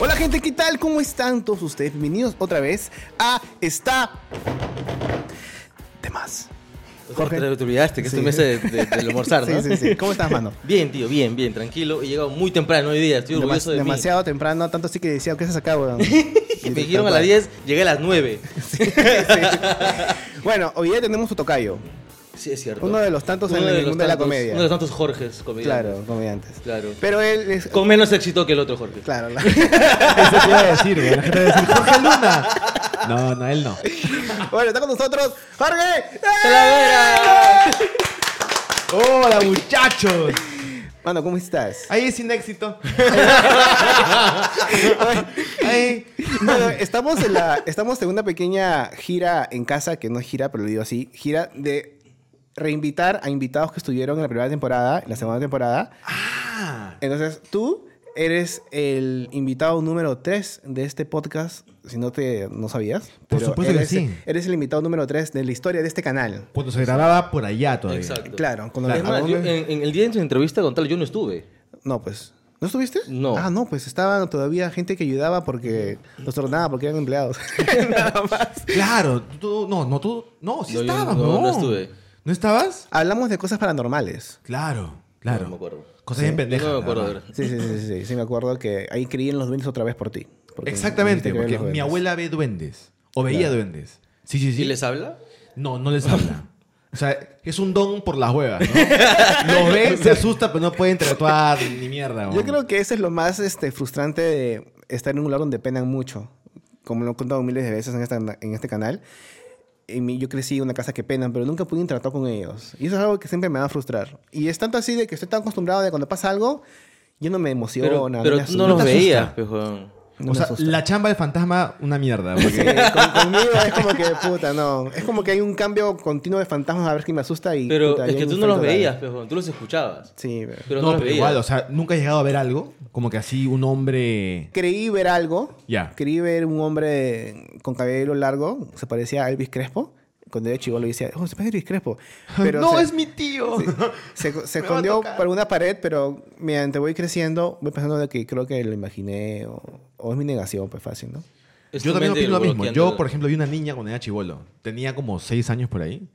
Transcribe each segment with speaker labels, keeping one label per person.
Speaker 1: Hola gente, ¿qué tal? ¿Cómo están todos ustedes? Bienvenidos otra vez a Está de más. Jorge.
Speaker 2: Te, te olvidaste que es
Speaker 1: Sí.
Speaker 2: tu mesa de, de- del almorzar, ¿no?
Speaker 1: Sí, sí, sí. ¿Cómo estás, mano?
Speaker 2: Bien, tío, bien, bien, tranquilo. He llegado muy temprano hoy día, estoy
Speaker 1: Demas-
Speaker 2: orgulloso de
Speaker 1: demasiado temprano, tanto así que decía, ¿qué haces acá, weón? "Ah,
Speaker 2: mí. Me dijeron a las 10, llegué a las 9.
Speaker 1: Bueno, hoy día tenemos tu tocayo.
Speaker 2: Sí, es cierto.
Speaker 1: Uno de los tantos en el
Speaker 2: los
Speaker 1: mundo de la
Speaker 2: tantos-
Speaker 1: comedia.
Speaker 2: Uno de los tantos Jorges comediantes.
Speaker 1: Claro, comediantes.
Speaker 2: Claro.
Speaker 1: Pero él es.
Speaker 2: Con menos éxito que el otro Jorge.
Speaker 1: Claro, la-
Speaker 3: Eso te iba a decir, güey. La gente va a decir, Jorge Luna. No, no, él no.
Speaker 1: Bueno, está con nosotros Jorge.
Speaker 2: ¡Talavera!
Speaker 3: Hola, muchachos.
Speaker 1: Mano, ¿cómo estás?
Speaker 3: Ahí sin éxito.
Speaker 1: Bueno, estamos en la estamos en una pequeña gira en casa, que no es gira, pero lo digo así, gira de reinvitar a invitados que estuvieron en la primera temporada, en la segunda temporada.
Speaker 3: Ah.
Speaker 1: Entonces, tú eres el invitado número 3 de este podcast, si no te no sabías.
Speaker 3: Por
Speaker 1: pero
Speaker 3: supuesto que
Speaker 1: eres-
Speaker 3: sí.
Speaker 1: Eres el invitado número 3 de la historia de este canal.
Speaker 3: Cuando se grababa por allá todavía.
Speaker 2: Exacto.
Speaker 1: Claro, con
Speaker 2: Es más, yo- en, en el día de tu entrevista con tal, yo no estuve.
Speaker 1: No, pues. ¿No estuviste?
Speaker 2: No.
Speaker 1: Ah, no, pues estaba todavía gente que ayudaba porque los tornaba porque eran empleados. Nada más.
Speaker 3: Claro, tú, no, no, tú, no, sí
Speaker 2: No, yo
Speaker 3: estabas,
Speaker 2: no,
Speaker 3: ¿no?
Speaker 2: no estuve.
Speaker 3: ¿No estabas?
Speaker 1: Hablamos de cosas paranormales.
Speaker 3: Claro,
Speaker 2: No me
Speaker 3: claro.
Speaker 2: acuerdo.
Speaker 3: Cosas bien pendejas.
Speaker 2: No me acuerdo.
Speaker 3: nada
Speaker 2: de
Speaker 3: más.
Speaker 2: verdad.
Speaker 1: Sí, sí, sí, sí, sí, sí, me acuerdo que ahí creí en los duendes otra vez por ti. Porque
Speaker 3: Exactamente,
Speaker 1: me hiciste creer en
Speaker 3: porque
Speaker 1: los
Speaker 3: mi
Speaker 1: duendes.
Speaker 3: abuela ve duendes. O veía duendes. Sí, sí, sí.
Speaker 2: ¿Y les habla?
Speaker 3: No, no les habla. O sea, es un don por las huevas, ¿no? Los ve, se asusta, pero no puede interactuar ni mierda.
Speaker 1: Yo creo que eso es lo más este, frustrante de estar en un lugar donde penan mucho. Como lo he contado miles de veces en, esta- en este canal. en mi- yo crecí en una casa que penan, pero nunca pude tratar con ellos. Y eso es algo que siempre me va a frustrar. Y es tanto así de que estoy tan acostumbrado de cuando pasa algo, yo no me emociono.
Speaker 2: Pero,
Speaker 1: no,
Speaker 2: pero
Speaker 1: me
Speaker 2: tú
Speaker 1: asusta.
Speaker 2: no los
Speaker 3: te
Speaker 2: veías,
Speaker 3: asusta.
Speaker 2: pues, weón.
Speaker 1: No
Speaker 3: o
Speaker 1: me
Speaker 3: sea,
Speaker 1: asusta.
Speaker 3: la chamba del fantasma, una mierda. porque-
Speaker 1: Sí, con- conmigo es como que, puta, no. Es como que hay un cambio continuo de fantasmas a ver quién me asusta y.
Speaker 2: Pero
Speaker 1: puta,
Speaker 2: es
Speaker 1: yo
Speaker 2: que
Speaker 1: me
Speaker 2: tú no los
Speaker 1: enfrento a la-
Speaker 2: veías, pues, weón. Tú los escuchabas.
Speaker 1: Sí, pero-
Speaker 2: Pero no,
Speaker 3: no,
Speaker 2: los
Speaker 3: pero
Speaker 2: veías.
Speaker 3: igual, o sea, nunca has llegado a ver algo. Como que así un hombre.
Speaker 1: Creí ver algo.
Speaker 3: Ya.
Speaker 1: Creí ver un hombre con cabello largo. Se parecía a Elvis Crespo. Cuando era chivo lo decía, oh, se parece a Elvis Crespo. Pero
Speaker 3: no,
Speaker 1: se,
Speaker 3: es mi tío.
Speaker 1: se, se
Speaker 3: me va a
Speaker 1: escondió
Speaker 3: tocar.
Speaker 1: por una pared, pero mediante voy creciendo, voy pensando de que creo que lo imaginé o, o es mi negación, pues fácil, ¿no?
Speaker 2: Es tu
Speaker 3: Yo también
Speaker 2: mente
Speaker 3: opino lo mismo.
Speaker 2: bloqueando.
Speaker 3: Yo, por ejemplo, vi una niña cuando era chivolo. Tenía como seis años por ahí.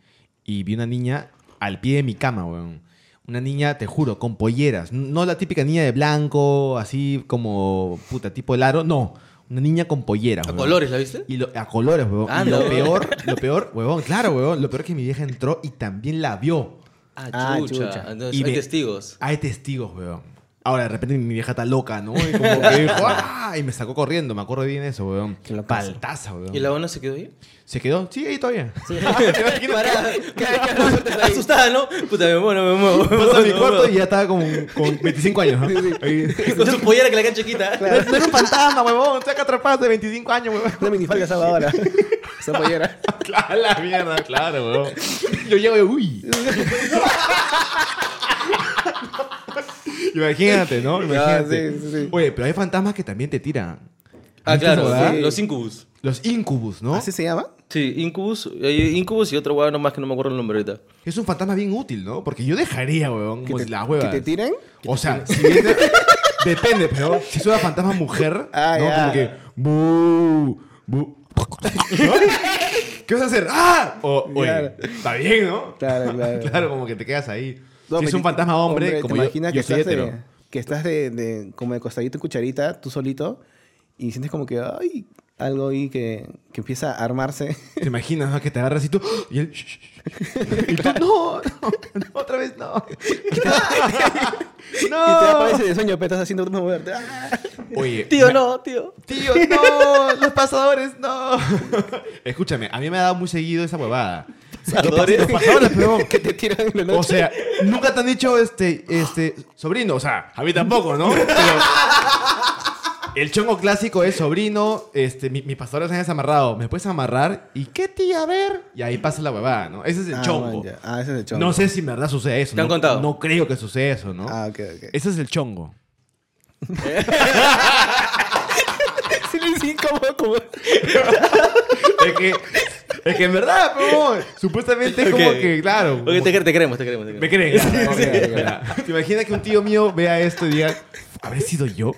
Speaker 3: Y vi una niña al pie de mi cama, weón. Una niña, te juro, con polleras. No la típica niña de blanco, así como puta, tipo el aro. No. Una niña con polleras,
Speaker 2: ¿A
Speaker 3: weón.
Speaker 2: colores la viste?
Speaker 3: Y lo- a colores, huevón.
Speaker 2: Ah,
Speaker 3: y lo
Speaker 2: no.
Speaker 3: peor, lo peor, huevón, claro, huevón. Lo peor es que mi vieja entró y también la vio.
Speaker 2: Ah,
Speaker 1: Ah,
Speaker 2: chucha.
Speaker 1: chucha.
Speaker 2: Entonces, hay
Speaker 3: Y ve-
Speaker 2: testigos.
Speaker 3: Hay testigos, huevón. Ahora, de repente mi vieja está loca, ¿no? Y como que dijo, ¡ah! Y me sacó corriendo, me acuerdo bien eso, huevón.
Speaker 1: Qué locazo.
Speaker 3: Paltaza, huevón.
Speaker 2: ¿Y la ONU se quedó ahí?
Speaker 3: ¿Se quedó? Sí, ahí todavía.
Speaker 2: Parada. Asustada, ¿no? Puta, me muero, me muevo. me
Speaker 3: Pasó
Speaker 2: muevo,
Speaker 3: a mi
Speaker 2: me
Speaker 3: cuarto
Speaker 2: muevo.
Speaker 3: y ya estaba como con 25 años, ¿no? Ahí.
Speaker 2: Con su pollera que la cancha quita.
Speaker 3: No es- no era un fantasma, huevón. Saca atrapadas de 25 años, huevón.
Speaker 1: Una minifalda salvadora. Esa pollera.
Speaker 3: Claro, la mierda, claro, huevón. Yo llego y uy. Imagínate, ¿no? Imagínate.
Speaker 1: Ah, sí, sí, sí.
Speaker 3: Oye, pero hay fantasmas que también te tiran.
Speaker 2: Ah,
Speaker 3: ¿Viste
Speaker 2: claro,
Speaker 3: esa huevada?
Speaker 2: sí, los incubus.
Speaker 3: Los incubus, ¿no?
Speaker 1: ¿Así se llama?
Speaker 2: Sí, incubus, eh, incubus y otro huevo nomás que no me acuerdo el nombre ahorita.
Speaker 3: Es un fantasma bien útil, ¿no? Porque yo dejaría, huevón,
Speaker 1: ¿Que
Speaker 3: como
Speaker 1: te-
Speaker 3: si la hueva.
Speaker 1: que te tiren?
Speaker 3: O sea, si bien de- depende, pero si es una fantasma mujer,
Speaker 1: Ah,
Speaker 3: ¿no?
Speaker 1: ya.
Speaker 3: Como que. "Bu, bu". ¿No? ¿Qué vas a hacer? ¡Ah! O, oye,
Speaker 1: Claro.
Speaker 3: está bien, ¿no?
Speaker 1: Claro, claro.
Speaker 3: Claro, como que te quedas ahí.
Speaker 1: No,
Speaker 3: si es
Speaker 1: pero
Speaker 3: un
Speaker 1: te-
Speaker 3: fantasma hombre, como
Speaker 1: te
Speaker 3: yo,
Speaker 1: imaginas
Speaker 3: yo
Speaker 1: que,
Speaker 3: soy
Speaker 1: estás
Speaker 3: hetero.
Speaker 1: de, que estás de, de- como de costadito en cucharita, tú solito, y sientes como que ay, algo ahí que, que empieza a armarse.
Speaker 3: Te imaginas, ¿no? Que te agarras y tú. Y él. Y tú, no, no, no, otra vez no. no.
Speaker 1: Y te aparece de sueño, pero estás haciendo tú moverte. ¡Ah!
Speaker 3: Ah. Oye,
Speaker 2: Tío, no, tío.
Speaker 3: Tío, no, los pasadores, no. Escúchame, a mí me ha dado muy seguido esa huevada.
Speaker 2: Pasadores.
Speaker 3: Los pasadores, pero-
Speaker 1: que te tiran en la noche.
Speaker 3: O sea, nunca te han dicho este, este, sobrino, o sea, a mí tampoco, ¿no? Pero el chongo clásico es sobrino, este, mi- mis pasadores se han desamarrado, ¿me puedes amarrar? ¿Y qué tía? A ver. Y ahí pasa la huevada, ¿no? Ese es el
Speaker 1: ah, man,
Speaker 3: chongo.
Speaker 1: ya. Ah, ese es el chongo.
Speaker 3: No sé si en verdad sucede eso.
Speaker 2: ¿Te han
Speaker 3: no,
Speaker 2: contado?
Speaker 3: No creo que suceda eso, ¿no?
Speaker 1: Ah, ok, ok.
Speaker 3: Ese es el chongo.
Speaker 1: Silencio incómodo, como-
Speaker 3: Es que,
Speaker 2: Es que en verdad,
Speaker 3: Ah, pero, Supuestamente es como
Speaker 2: Ok.
Speaker 3: que, claro.
Speaker 2: Ok, te, te queremos, te queremos. Te queremos.
Speaker 3: Me
Speaker 1: ok,
Speaker 3: creen. Ya. ¿Te imaginas que un tío mío vea esto y diga, ¿habré sido yo?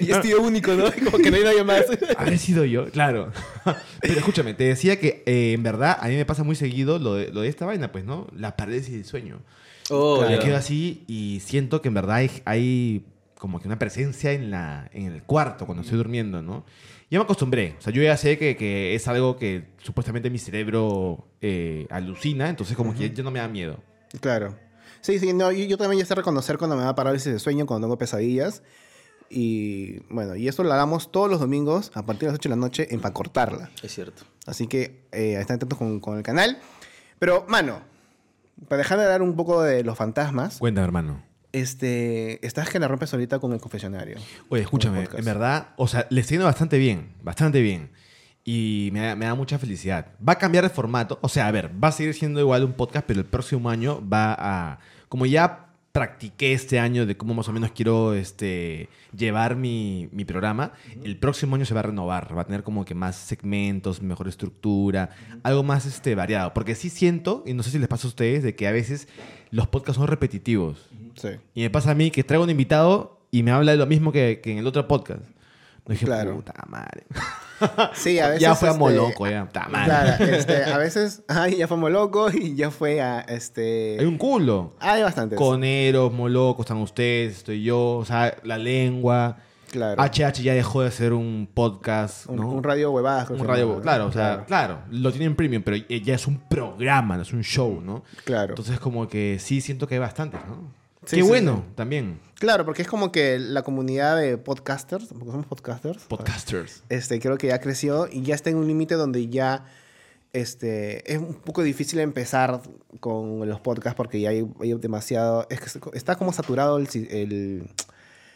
Speaker 1: Y es tío único, ¿no? Como que no hay nadie más.
Speaker 3: ¿Habré sido yo? Claro. Pero escúchame, te decía que eh, en verdad a mí me pasa muy seguido lo de, lo de esta vaina, pues, ¿no? La parálisis del sueño.
Speaker 2: Oh,
Speaker 3: Me
Speaker 2: ya.
Speaker 3: quedo así y siento que en verdad hay, hay como que una presencia en, la, en el cuarto cuando estoy durmiendo, ¿no? Ya me acostumbré. O sea, yo ya sé que, que es algo que supuestamente mi cerebro eh, alucina, entonces como que ya no me da miedo.
Speaker 1: Claro. Sí, sí, no, yo, yo también ya sé reconocer cuando me da parálisis de sueño, cuando tengo pesadillas. Y bueno, y esto lo hagamos todos los domingos a partir de las 8 de la noche en para cortarla.
Speaker 2: Es cierto.
Speaker 1: Así que eh, están atentos con, con el canal. Pero, mano, para dejar de hablar un poco de los fantasmas,
Speaker 3: Cuéntame, hermano.
Speaker 1: este, estás que la rompes ahorita con el confesionario.
Speaker 3: Oye, escúchame,
Speaker 1: podcast.
Speaker 3: en verdad, o sea, le estoy yendo bastante bien, bastante bien. Y me da, me da mucha felicidad. Va a cambiar de formato, o sea, a ver, va a seguir siendo igual un podcast, pero el próximo año va a... Como ya practiqué este año de cómo más o menos quiero este, llevar mi, mi programa, el próximo año se va a renovar, va a tener como que más segmentos, mejor estructura, algo más este, variado. Porque sí siento, y no sé si les pasa a ustedes, de que a veces los podcasts son repetitivos.
Speaker 1: Sí.
Speaker 3: Y me pasa a mí que traigo un invitado y me habla de lo mismo que, que en el otro podcast. No dije,
Speaker 1: Claro.
Speaker 3: puta madre.
Speaker 1: Sí, a veces.
Speaker 3: ya fue a
Speaker 1: este,
Speaker 3: Moloco, ya. Puta madre.
Speaker 1: Claro, este, a veces, ay, ya fue a Moloco y ya fue a este.
Speaker 3: Hay un culo.
Speaker 1: Hay bastantes.
Speaker 3: Coneros, Moloco, están ustedes, estoy yo. O sea, la lengua.
Speaker 1: Claro.
Speaker 3: HH ya dejó de hacer un podcast,
Speaker 1: un,
Speaker 3: ¿no?
Speaker 1: un radio huevadas. creo
Speaker 3: Un
Speaker 1: que se
Speaker 3: radio,
Speaker 1: llama,
Speaker 3: claro,
Speaker 1: ¿no?
Speaker 3: o sea, claro, lo tienen premium, pero eh, ya es un programa, no es un show, ¿no?
Speaker 1: Claro.
Speaker 3: Entonces, como que sí siento que hay bastantes, ¿no?
Speaker 1: Sí,
Speaker 3: Qué
Speaker 1: sí,
Speaker 3: bueno, también.
Speaker 1: Claro, porque es como que la comunidad de podcasters, porque somos podcasters.
Speaker 3: Podcasters.
Speaker 1: Este, creo que ya creció y ya está en un límite donde ya este, es un poco difícil empezar con los podcasts porque ya hay, hay demasiado. Es que se- está como saturado el, si- el,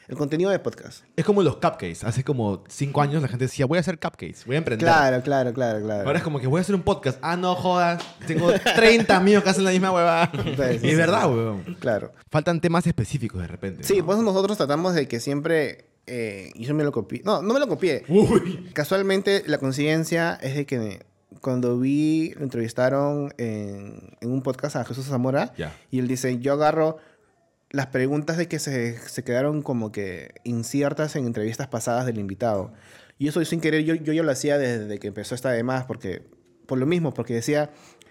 Speaker 1: el contenido de podcast.
Speaker 3: Es como los cupcakes. Hace como cinco años la gente decía, voy a hacer cupcakes, voy a emprender.
Speaker 1: Claro, claro, claro, claro.
Speaker 3: Ahora es como que voy a hacer un podcast. Ah, no jodas. Tengo 30 amigos que hacen la misma huevada.
Speaker 1: sí,
Speaker 3: Y
Speaker 1: sí.
Speaker 3: es verdad, huevón.
Speaker 1: Claro.
Speaker 3: Faltan temas específicos de repente.
Speaker 1: Sí,
Speaker 3: ¿no?
Speaker 1: por eso nosotros tratamos de que siempre. eh, yo me lo copié. No, no me lo copié.
Speaker 3: Uy.
Speaker 1: Casualmente, la coincidencia es de que cuando vi, lo entrevistaron en, en un podcast a Jesús Zamora.
Speaker 3: Ya.
Speaker 1: Y él dice, yo agarro las preguntas de que se, se quedaron como que inciertas en entrevistas pasadas del invitado. Y eso sin querer, yo, yo ya lo hacía desde que empezó esta de más, porque, por lo mismo, porque decía,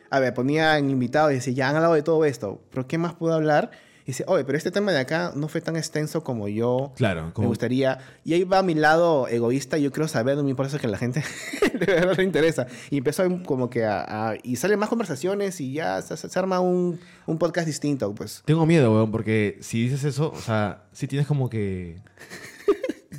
Speaker 1: a ver, ponía en invitado y decía, ya han hablado de todo esto, pero ¿qué más puedo hablar? Y dice, oye, pero este tema de acá no fue tan extenso como yo
Speaker 3: Claro,
Speaker 1: me
Speaker 3: como
Speaker 1: gustaría. Y ahí va mi lado egoísta, yo quiero saber, no me importa eso que la gente de verdad le interesa. Y empezó en como que a, a- Y salen más conversaciones y ya se, se- se arma un, un podcast distinto, pues.
Speaker 3: Tengo miedo, weón, porque si dices eso, o sea, si tienes como que.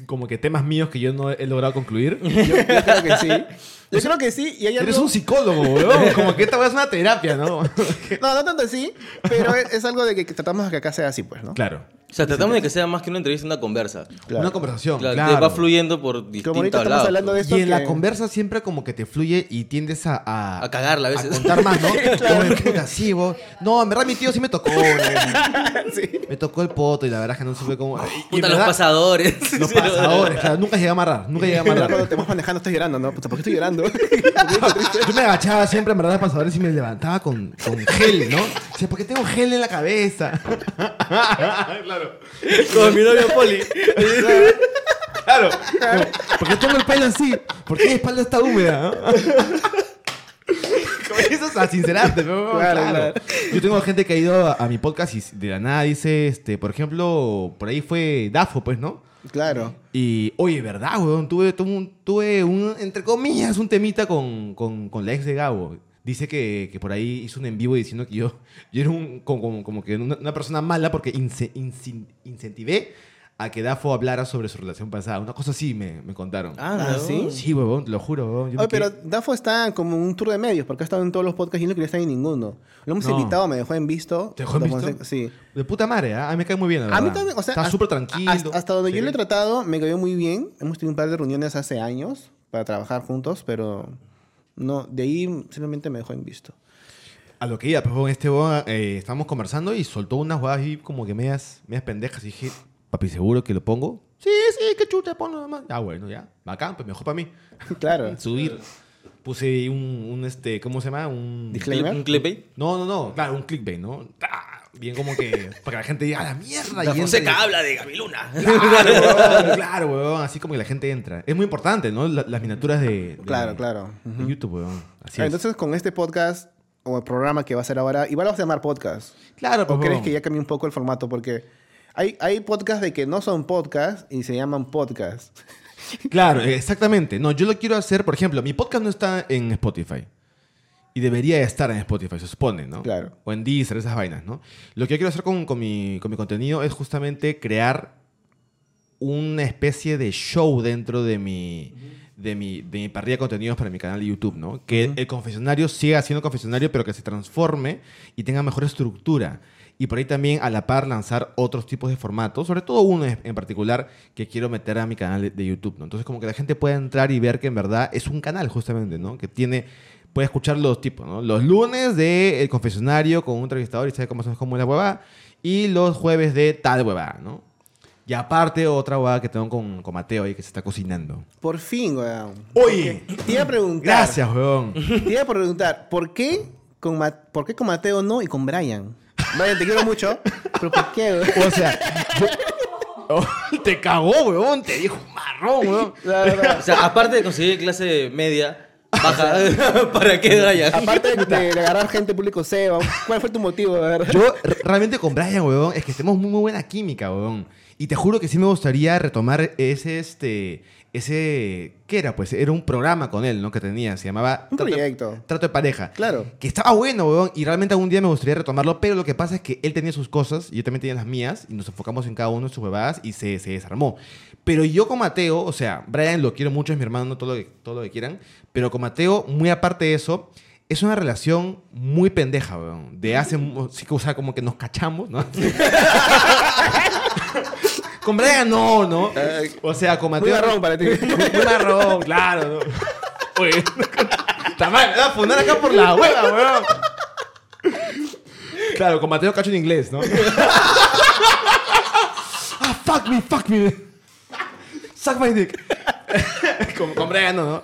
Speaker 3: Como que temas míos que yo no he logrado concluir.
Speaker 1: Yo, yo creo que sí. Yo creo que sí. Y hay
Speaker 3: Eres
Speaker 1: algo-
Speaker 3: un psicólogo, weón. Como que esta weá es una terapia, ¿no?
Speaker 1: No, no tanto así, pero es, es algo de que, que tratamos de que acá sea así, pues, ¿no?
Speaker 3: Claro.
Speaker 2: O sea, tratamos de que sea más que una entrevista, una conversa.
Speaker 1: Claro.
Speaker 3: Una conversación.
Speaker 2: Claro,
Speaker 3: Claro.
Speaker 2: te va fluyendo por
Speaker 1: Como ahorita
Speaker 2: distintos
Speaker 1: estamos
Speaker 2: lados.
Speaker 1: hablando de esto.
Speaker 3: Y en la
Speaker 1: que-
Speaker 3: conversa siempre como que te fluye y tiendes a... A,
Speaker 2: A cagarla a veces.
Speaker 3: contar más, ¿no? Como que, puta, sí, vos. No, en verdad mi tío sí me tocó. güey.
Speaker 1: Sí.
Speaker 3: Me tocó el poto y la verdad es que no supe cómo... Y en
Speaker 2: Puta, los
Speaker 3: verdad,
Speaker 2: pasadores.
Speaker 3: Los pasadores, claro. Nunca llegué a amarrar. Nunca llegué a
Speaker 1: Cuando
Speaker 3: amarrar.
Speaker 1: te vas manejando, estás llorando, ¿no? Puta, ¿por qué estoy llorando?
Speaker 3: Yo me agachaba siempre, en verdad, los pasadores y me levantaba con, con gel, ¿no? O sea, ¿por qué tengo gel en la cabeza?
Speaker 2: Con mi novio Poli.
Speaker 3: Claro. Como, ¿Por qué tengo el pelo así? ¿Por qué mi espalda está húmeda? no? Como Eso es a sincerarte, pero
Speaker 1: Claro,
Speaker 3: claro,
Speaker 1: claro.
Speaker 3: Yo tengo gente que ha ido a, a mi podcast y de la nada dice, este, por ejemplo, por ahí fue Dafo, pues, ¿no?
Speaker 1: claro.
Speaker 3: Y, oye, ¿verdad, weón? Tuve, tuve, un, tuve un, entre comillas, un temita con, con, con la ex de Gabo. Dice que, que por ahí hizo un en vivo diciendo que yo, yo era un, como, como- como que una, una persona mala porque ince- incin- incentivé a que Dafo hablara sobre su relación pasada. Una cosa así me, me contaron.
Speaker 2: Ah, ¿sí?
Speaker 3: Sí, huevón, te lo juro, huevón. Yo me
Speaker 1: Oye, pero
Speaker 3: quedé-
Speaker 1: Dafo está como en un tour de medios, porque ha estado en todos los podcasts y no quería estar en ninguno. Lo hemos
Speaker 3: No.
Speaker 1: invitado, me dejó en visto.
Speaker 3: ¿Te dejó en
Speaker 1: Lo-
Speaker 3: visto?
Speaker 1: Sí.
Speaker 3: De puta madre, ¿ah? A mí me cae muy bien, la
Speaker 1: A mí
Speaker 3: verdad.
Speaker 1: también, o sea...
Speaker 3: Está
Speaker 1: hasta-
Speaker 3: súper tranquilo.
Speaker 1: Hasta, hasta donde yo
Speaker 3: Sí.
Speaker 1: lo he tratado, me cayó muy bien. Hemos tenido un par de reuniones hace años para trabajar juntos, pero... No, de ahí simplemente me dejó en visto.
Speaker 3: A lo que iba, pues, con este weón, eh, estábamos conversando y soltó unas jugadas ahí como que medias, medias pendejas. Y dije, papi, ¿seguro que lo pongo? Sí, sí, qué chuta, ponlo nomás. Ah, bueno, ya. Bacán, pues mejor para mí.
Speaker 1: Claro.
Speaker 3: Subir. Puse ahí un, un, este, ¿cómo se llama? Un...
Speaker 1: Disclaimer.
Speaker 2: ¿Un clickbait?
Speaker 3: No, no, no. Claro, un clickbait, ¿no? Ah, Bien como que para que la gente diga, ¡a la mierda!
Speaker 2: La
Speaker 3: y entre-
Speaker 2: Fonseca habla de Gabiluna.
Speaker 3: Claro, huevón, claro, huevón. Así como que la gente entra. Es muy importante, ¿no? La- las miniaturas de, de-
Speaker 1: Claro, claro.
Speaker 3: de
Speaker 1: Ujú.
Speaker 3: YouTube, huevón. Así
Speaker 1: Ah,
Speaker 3: es.
Speaker 1: Entonces, con este podcast o el programa que va a ser ahora, igual lo vas a llamar podcast.
Speaker 3: claro,
Speaker 1: ¿O
Speaker 3: pues,
Speaker 1: crees
Speaker 3: huevón.
Speaker 1: que ya cambió un poco el formato? Porque hay, hay podcasts de que no son podcasts y se llaman podcasts.
Speaker 3: Claro, exactamente. No, yo lo quiero hacer, por ejemplo, mi podcast no está en Spotify. Y debería estar en Spotify, se supone, ¿no?
Speaker 1: Claro.
Speaker 3: O en Deezer, esas vainas, ¿no? Lo que yo quiero hacer con, con mi, con mi contenido es justamente crear una especie de show dentro de mi, de mi, de mi parrilla de contenidos para mi canal de YouTube, ¿no? Que el confesionario siga siendo confesionario, pero que se transforme y tenga mejor estructura. Y por ahí también a la par lanzar otros tipos de formatos, sobre todo uno en en particular que quiero meter a mi canal de- de YouTube, ¿no? Entonces como que la gente pueda entrar y ver que en verdad es un canal justamente, ¿no? Que tiene puede escuchar los tipos, ¿no? Los lunes de El Confesionario con un entrevistador y sabe cómo es como la huevada. Y los jueves de tal huevada, ¿no? Y aparte, otra huevada que tengo con, con Mateo ahí que se está cocinando.
Speaker 1: Por fin, weón.
Speaker 3: Oye.
Speaker 1: Porque Te iba a preguntar.
Speaker 3: Gracias, huevón.
Speaker 1: Te iba a preguntar, ¿por qué con, Ma- ¿por qué con Mateo no y con Brian? Brian, te quiero mucho, pero ¿por qué? weón?
Speaker 3: O sea, yo- te cagó, huevón. Te dijo marrón, huevón.
Speaker 1: La verdad.
Speaker 2: O sea, aparte de conseguir clase media, baja, ¿para qué Brian?
Speaker 1: Aparte de, de agarrar gente público C, weón, ¿cuál fue tu motivo? de verdad?
Speaker 3: Yo re- realmente con Brian, huevón, es que tenemos muy, muy buena química, huevón. Y te juro que sí me gustaría retomar ese, este, ese, ¿qué era? Pues era un programa con él, ¿no? Que tenía, se llamaba...
Speaker 1: Un
Speaker 3: Trato-
Speaker 1: proyecto.
Speaker 3: Trato de pareja.
Speaker 1: Claro.
Speaker 3: Que estaba bueno, huevón, y realmente algún día me gustaría retomarlo, pero lo que pasa es que él tenía sus cosas y yo también tenía las mías, y nos enfocamos en cada uno de sus huevadas y se, se desarmó. Pero yo con Mateo, o sea, Brian lo quiero mucho, es mi hermano, todo lo que, todo lo que quieran, pero con Mateo, muy aparte de eso, es una relación muy pendeja, huevón. De hace, mu- sí, o sea, como que nos cachamos, ¿no? con Brian no, ¿no? O sea, con
Speaker 1: Eh, Muy
Speaker 3: Mateo...
Speaker 1: marrón para ti.
Speaker 3: Un marrón, claro. ¿no? Oye, está mal, me va a fundar acá por la hueva, weón. Claro, con Mateo cacho en inglés, ¿no? ah, fuck me, fuck me. Suck my dick. con, con Brian, no, ¿no?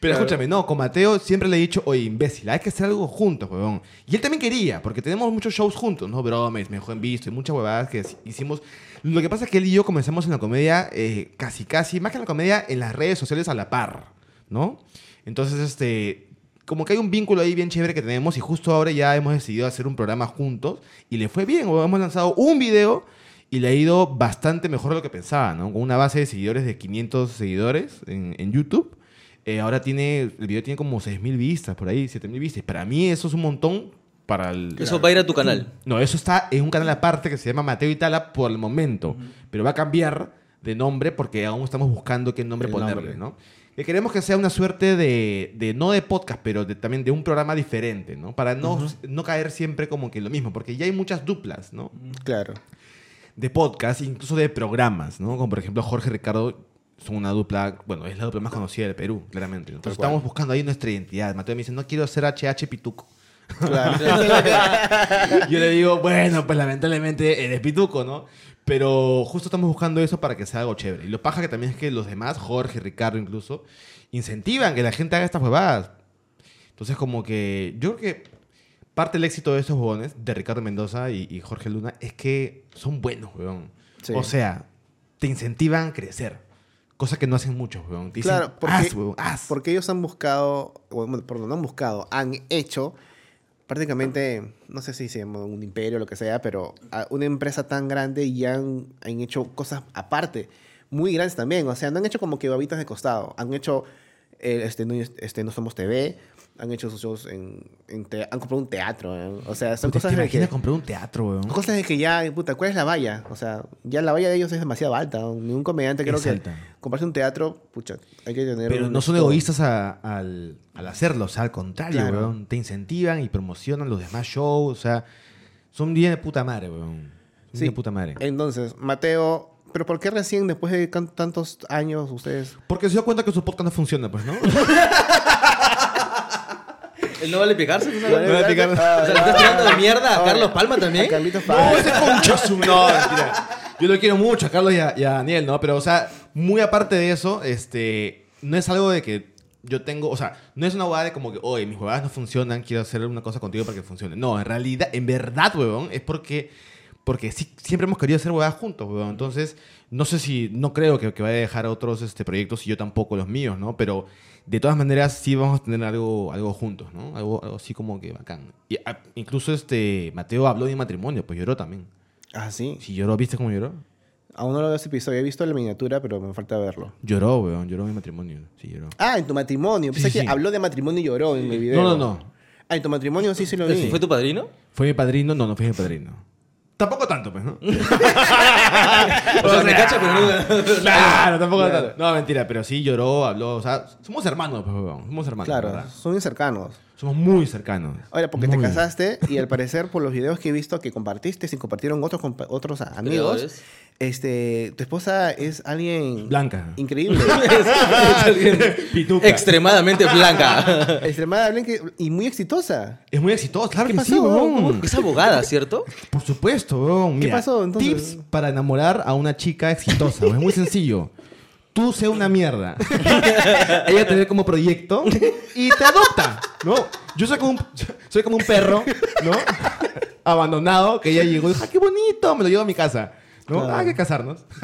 Speaker 3: Pero escúchame, no, con Mateo siempre le he dicho, oye, imbécil, hay que hacer algo juntos, huevón. Y él también quería, porque tenemos muchos shows juntos, ¿no? Bromes, mejor en visto y muchas huevadas que hicimos. Lo que pasa es que él y yo comenzamos en la comedia eh, casi, casi, más que en la comedia, en las redes sociales a la par, ¿no? Entonces, este, como que hay un vínculo ahí bien chévere que tenemos y justo ahora ya hemos decidido hacer un programa juntos y le fue bien, huevón. hemos lanzado un video y le ha ido bastante mejor de lo que pensaba, ¿no? Con una base de seguidores de 500 seguidores en, en YouTube. Eh, ahora tiene, el video tiene como 6.000 vistas por ahí, 7.000 vistas. Para mí eso es un montón para el...
Speaker 2: Eso va a ir a tu canal.
Speaker 3: No, eso está en un canal aparte que se llama Mateo Itala por el momento, pero va a cambiar de nombre porque aún estamos buscando qué nombre
Speaker 1: El
Speaker 3: ponerle,
Speaker 1: nombre.
Speaker 3: ¿no? Que queremos que sea una suerte de, de- no de podcast, pero de- también de un programa diferente, ¿no? Para no, no caer siempre como que en lo mismo, porque ya hay muchas duplas, ¿no?
Speaker 1: Claro.
Speaker 3: de podcast, incluso de programas, ¿no? Como por ejemplo Jorge y Ricardo son una dupla, bueno, es la dupla más conocida del Perú, claramente. ¿no? Entonces
Speaker 1: cual.
Speaker 3: estamos buscando ahí nuestra identidad. Mateo me dice, no quiero ser HH Pituco. Yo le digo, bueno, pues lamentablemente eres pituco, ¿no? Pero justo estamos buscando eso para que sea algo chévere. Y lo paja que también es que los demás, Jorge, Ricardo incluso, incentivan que la gente haga estas huevadas. Entonces como que yo creo que parte del éxito de estos huevones, de Ricardo Mendoza y, y Jorge Luna, es que son buenos, huevón.
Speaker 1: Sí.
Speaker 3: O sea, te incentivan a crecer. Cosa que no hacen muchos, huevón. Te dicen,
Speaker 1: Claro, porque,
Speaker 3: haz, huevón, haz.
Speaker 1: porque ellos han buscado, o, bueno, perdón, no han buscado, han hecho prácticamente, no sé si se llama un imperio o lo que sea, pero a una empresa tan grande y han, han hecho cosas aparte, muy grandes también. O sea, no han hecho como que babitas de costado, han hecho eh, este, no, este, no Somos TV, han hecho sus shows en, en te- han comprado un teatro. ¿eh? O sea, son
Speaker 3: Puta,
Speaker 1: cosas
Speaker 3: ¿Te
Speaker 1: de
Speaker 3: imaginas
Speaker 1: que...
Speaker 3: comprar un teatro, huevón?
Speaker 1: Cosas de que ya, puta, ¿cuál es la valla? O sea, ya la valla de ellos es demasiado alta. Ningún comediante creo
Speaker 3: Es
Speaker 1: que
Speaker 3: alta.
Speaker 1: comprarse un teatro, pucha, hay que tener.
Speaker 3: Pero
Speaker 1: un
Speaker 3: no son
Speaker 1: esto-
Speaker 3: egoístas a- al, al hacerlo, o sea, al contrario,
Speaker 1: Claro.
Speaker 3: weón. Te incentivan y promocionan los demás shows, o sea, son bien de puta madre,
Speaker 1: Sí.
Speaker 3: weón. Son
Speaker 1: Eh.
Speaker 3: bien de puta madre.
Speaker 1: Entonces, Mateo, ¿pero por qué recién, después de can- tantos años, ustedes?
Speaker 3: Porque se dio cuenta que su podcast no funciona, pues, ¿no?
Speaker 2: ¿Él no vale picarse? ¿No
Speaker 1: Vale
Speaker 2: vale?
Speaker 3: a picar.
Speaker 1: Ah,
Speaker 2: O sea, ¿le estás tirando de mierda a Carlos Palma
Speaker 1: a
Speaker 2: también?
Speaker 1: Carlitos Palma.
Speaker 3: ese concha su- No, mentira. Yo lo quiero mucho a Carlos y a, y a Daniel, ¿no? Pero, o sea, muy aparte de eso, este, no es algo de que yo tengo, o sea, no es una huevada de como que, oye, mis huevadas no funcionan, quiero hacer una cosa contigo para que funcione. No, en realidad, en verdad, huevón, es porque, porque sí, siempre hemos querido hacer huevadas juntos, huevón. Entonces, no sé si, no creo que, que vaya a dejar otros este, proyectos y yo tampoco los míos, ¿no? Pero de todas maneras, sí vamos a tener algo, algo juntos, ¿no? Algo, algo así como que bacán. Y, ah, incluso este, Mateo habló de matrimonio, pues lloró también.
Speaker 1: Ah, sí.
Speaker 3: Si lloró, ¿viste cómo lloró?
Speaker 1: Aún no lo veo ese episodio. He visto la miniatura, pero me falta verlo.
Speaker 3: Lloró, weón, lloró mi matrimonio. Sí, lloró.
Speaker 1: Ah, en tu matrimonio. Pensé
Speaker 3: Sí, sí,
Speaker 1: que
Speaker 3: sí.
Speaker 1: habló de matrimonio y lloró en mi video.
Speaker 3: No, no, no.
Speaker 1: Ah, en tu matrimonio sí, sí lo
Speaker 2: Pero
Speaker 1: vi.
Speaker 2: si ¿Fue tu padrino?
Speaker 3: ¿Fue mi padrino? No, no fue mi padrino. Tampoco tanto, pues, ¿no?
Speaker 2: O sea, me cacha, pero no.
Speaker 3: claro, tampoco tanto. No, mentira, pero sí lloró, habló. O sea, somos hermanos, pues, weón. Somos hermanos.
Speaker 1: Claro,
Speaker 3: ¿verdad?
Speaker 1: son bien cercanos.
Speaker 3: Somos muy cercanos.
Speaker 1: Ahora, porque te
Speaker 3: Muy.
Speaker 1: casaste y al parecer por los videos que he visto que compartiste, si compartieron otros, compa- otros a- amigos,
Speaker 2: Creadores.
Speaker 1: este, tu esposa es alguien
Speaker 3: Blanca.
Speaker 1: increíble,
Speaker 3: Pituca.
Speaker 2: Extremadamente blanca.
Speaker 1: extremadamente y muy exitosa.
Speaker 3: Es muy exitoso, claro
Speaker 1: ¿Qué
Speaker 3: que
Speaker 1: pasó,
Speaker 3: sí,
Speaker 1: weón?
Speaker 3: weón.
Speaker 2: Es abogada, ¿cierto?
Speaker 3: Por supuesto, weón.
Speaker 1: ¿Qué
Speaker 3: Mira,
Speaker 1: pasó, entonces?
Speaker 3: Tips para enamorar a una chica exitosa. weón. Es muy sencillo. Tú sea una mierda. Ella te ve como proyecto y te adopta, ¿no? Yo soy como un, soy como un perro, ¿no? Abandonado, que ella llegó y dijo, ¡ah, qué bonito! Me lo llevo a mi casa. ¿No?
Speaker 1: Claro.
Speaker 3: Ah, hay que casarnos.